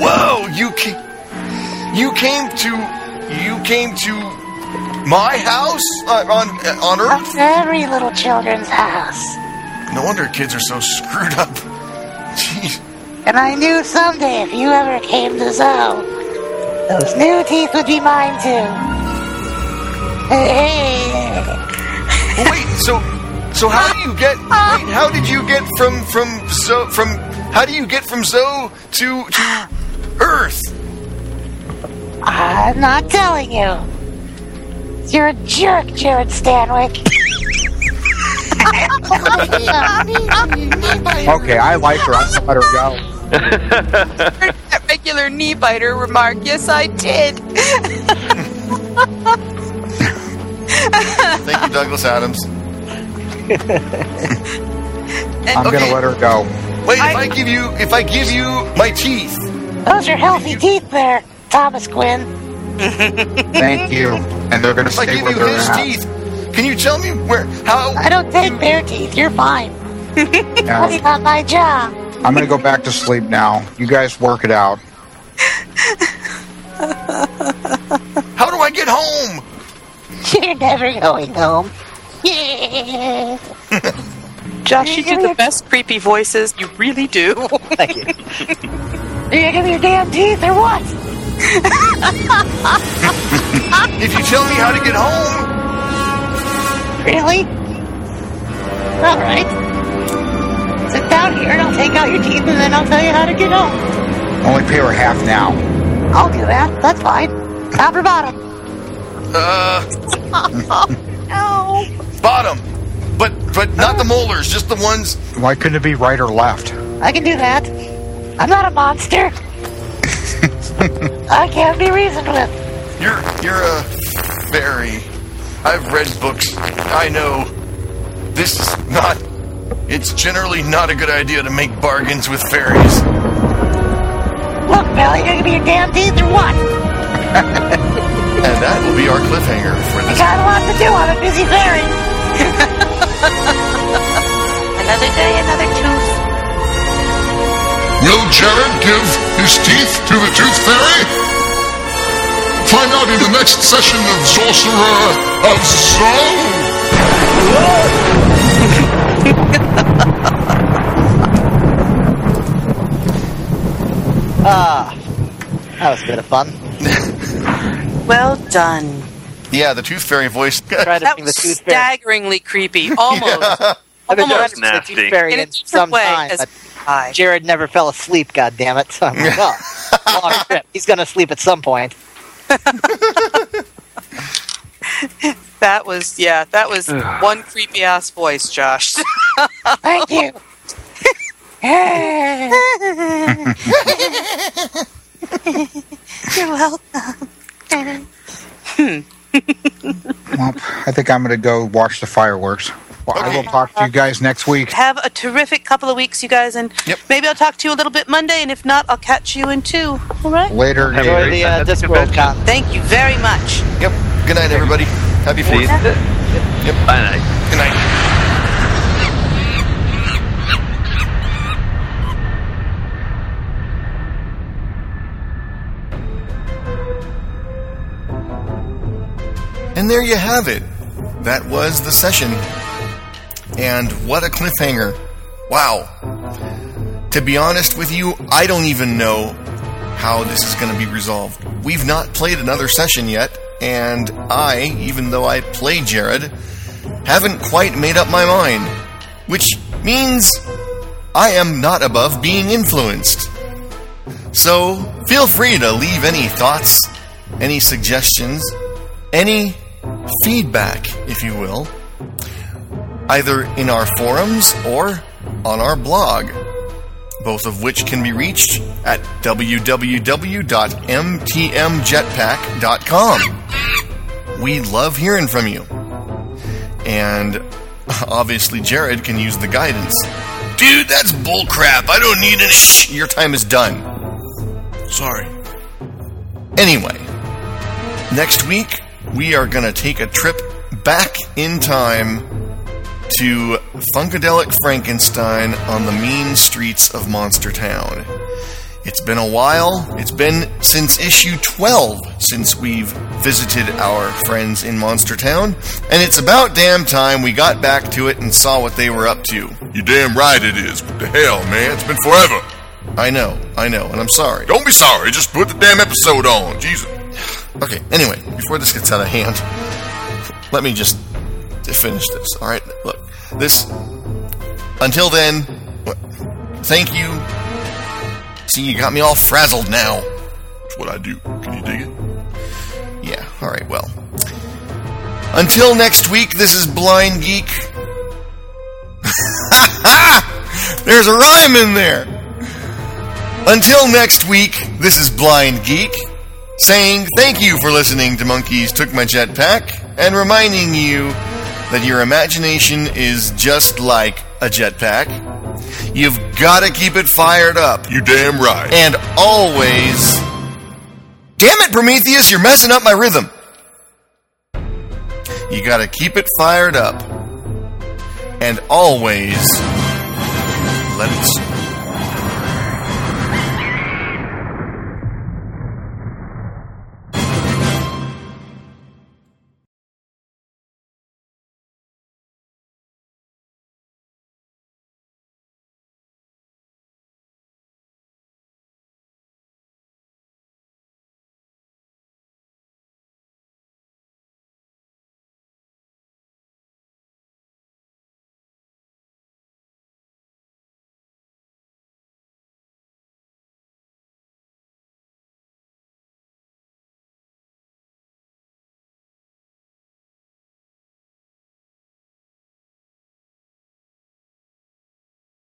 Whoa! You came. You came to. You came to my house uh, on uh, on Earth. Every little children's house. No wonder kids are so screwed up. Jeez. And I knew someday if you ever came to Zoe, those new teeth would be mine too. Hey, But wait, so so how do you get? Wait, how did you get from from so from? How do you get from Zoe to to Earth? I'm not telling you. You're a jerk, Jared Stanwick. Okay, I like her. I'm going to let her go. That regular knee biter remark. Yes, I did. Thank you, Douglas Adams. I'm gonna let her go. Wait, if I give you if I give you my teeth. Those are healthy teeth there, Thomas Quinn. Thank you. And they're gonna If I stay give with you her. his now. teeth, can you tell me where how I don't take their teeth. You're fine. That's not my job. I'm gonna go back to sleep now. You guys work it out. how do I get home? You're never going home. Yeah. Josh, you do the best creepy voices. You really do. Thank you. Are you gonna give me your damn teeth or what? if you tell me how to get home. Really? All right. Sit down here and I'll take out your teeth and then I'll tell you how to get home. Only pay her half now. I'll do that. That's fine. Top or bottom? Uh no. bottom. But but not the molars, just the ones Why couldn't it be right or left? I can do that. I'm not a monster. I can't be reasoned with. You're you're a fairy. I've read books. I know this is not. It's generally not a good idea to make bargains with fairies. Look, Billy, you're gonna be your damn teeth or what? And that will be our cliffhanger for I this. got a lot to do. I'm a busy fairy. another day, another tooth. Will Jared give his teeth to the Tooth Fairy? Find out in the next session of Sorcerer of Soul. Ah, that was a bit of fun. Well done. Yeah, the tooth fairy voice. Try to That sing the was tooth fairy. staggeringly creepy. Almost. I've been trying Almost. to sing the tooth fairy In a in some different way, time, as- but Jared never fell asleep. God damn it! So I'm like, well, long trip. He's gonna sleep at some point. That was yeah. That was one creepy ass voice, Josh. Thank you. You're welcome. Well, I think I'm gonna go watch the fireworks. Well, I will talk to you guys next week. Have a terrific couple of weeks, you guys, and maybe I'll talk to you a little bit Monday, and if not, I'll catch you in two. All right? Later. Enjoy Gator. the, uh, Discworld Con. Thank you very much. Yep. Good night, everybody. Happy See you. Fourth. Yep. Bye night. Good night. And there you have it. That was the session. And what a cliffhanger. Wow. To be honest with you, I don't even know how this is going to be resolved. We've not played another session yet, and I, even though I play Jared, haven't quite made up my mind. Which means I am not above being influenced. So feel free to leave any thoughts, any suggestions, any feedback, if you will, either in our forums or on our blog, both of which can be reached at www.mtmjetpack.com. We love hearing from you. And obviously, Jared can use the guidance. Dude, that's bullcrap. I don't need any. Shh, your time is done. Sorry. Anyway, next week we are going to take a trip back in time to Funkadelic Frankenstein on the mean streets of Monster Town. It's been a while. It's been since issue 12 since we've visited our friends in Monster Town, and it's about damn time we got back to it and saw what they were up to. You damn right it is. What the hell, man? It's been forever. I know, I know, and I'm sorry. Don't be sorry. Just put the damn episode on. Jesus. Okay, anyway, before this gets out of hand, let me just finish this. All right, look, this. Until then, wh- thank you. See, you got me all frazzled now. That's what I do. Can you dig it? Yeah, all right, well. Until next week, this is Blind Geek. There's a rhyme in there. Until next week, this is Blind Geek saying thank you for listening to Monkeys Took My Jetpack. and reminding you that your imagination is just like a jetpack. You've got to keep it fired up. You damn right. And always. Damn it, Prometheus, you're messing up my rhythm. You got to keep it fired up. And always. Let it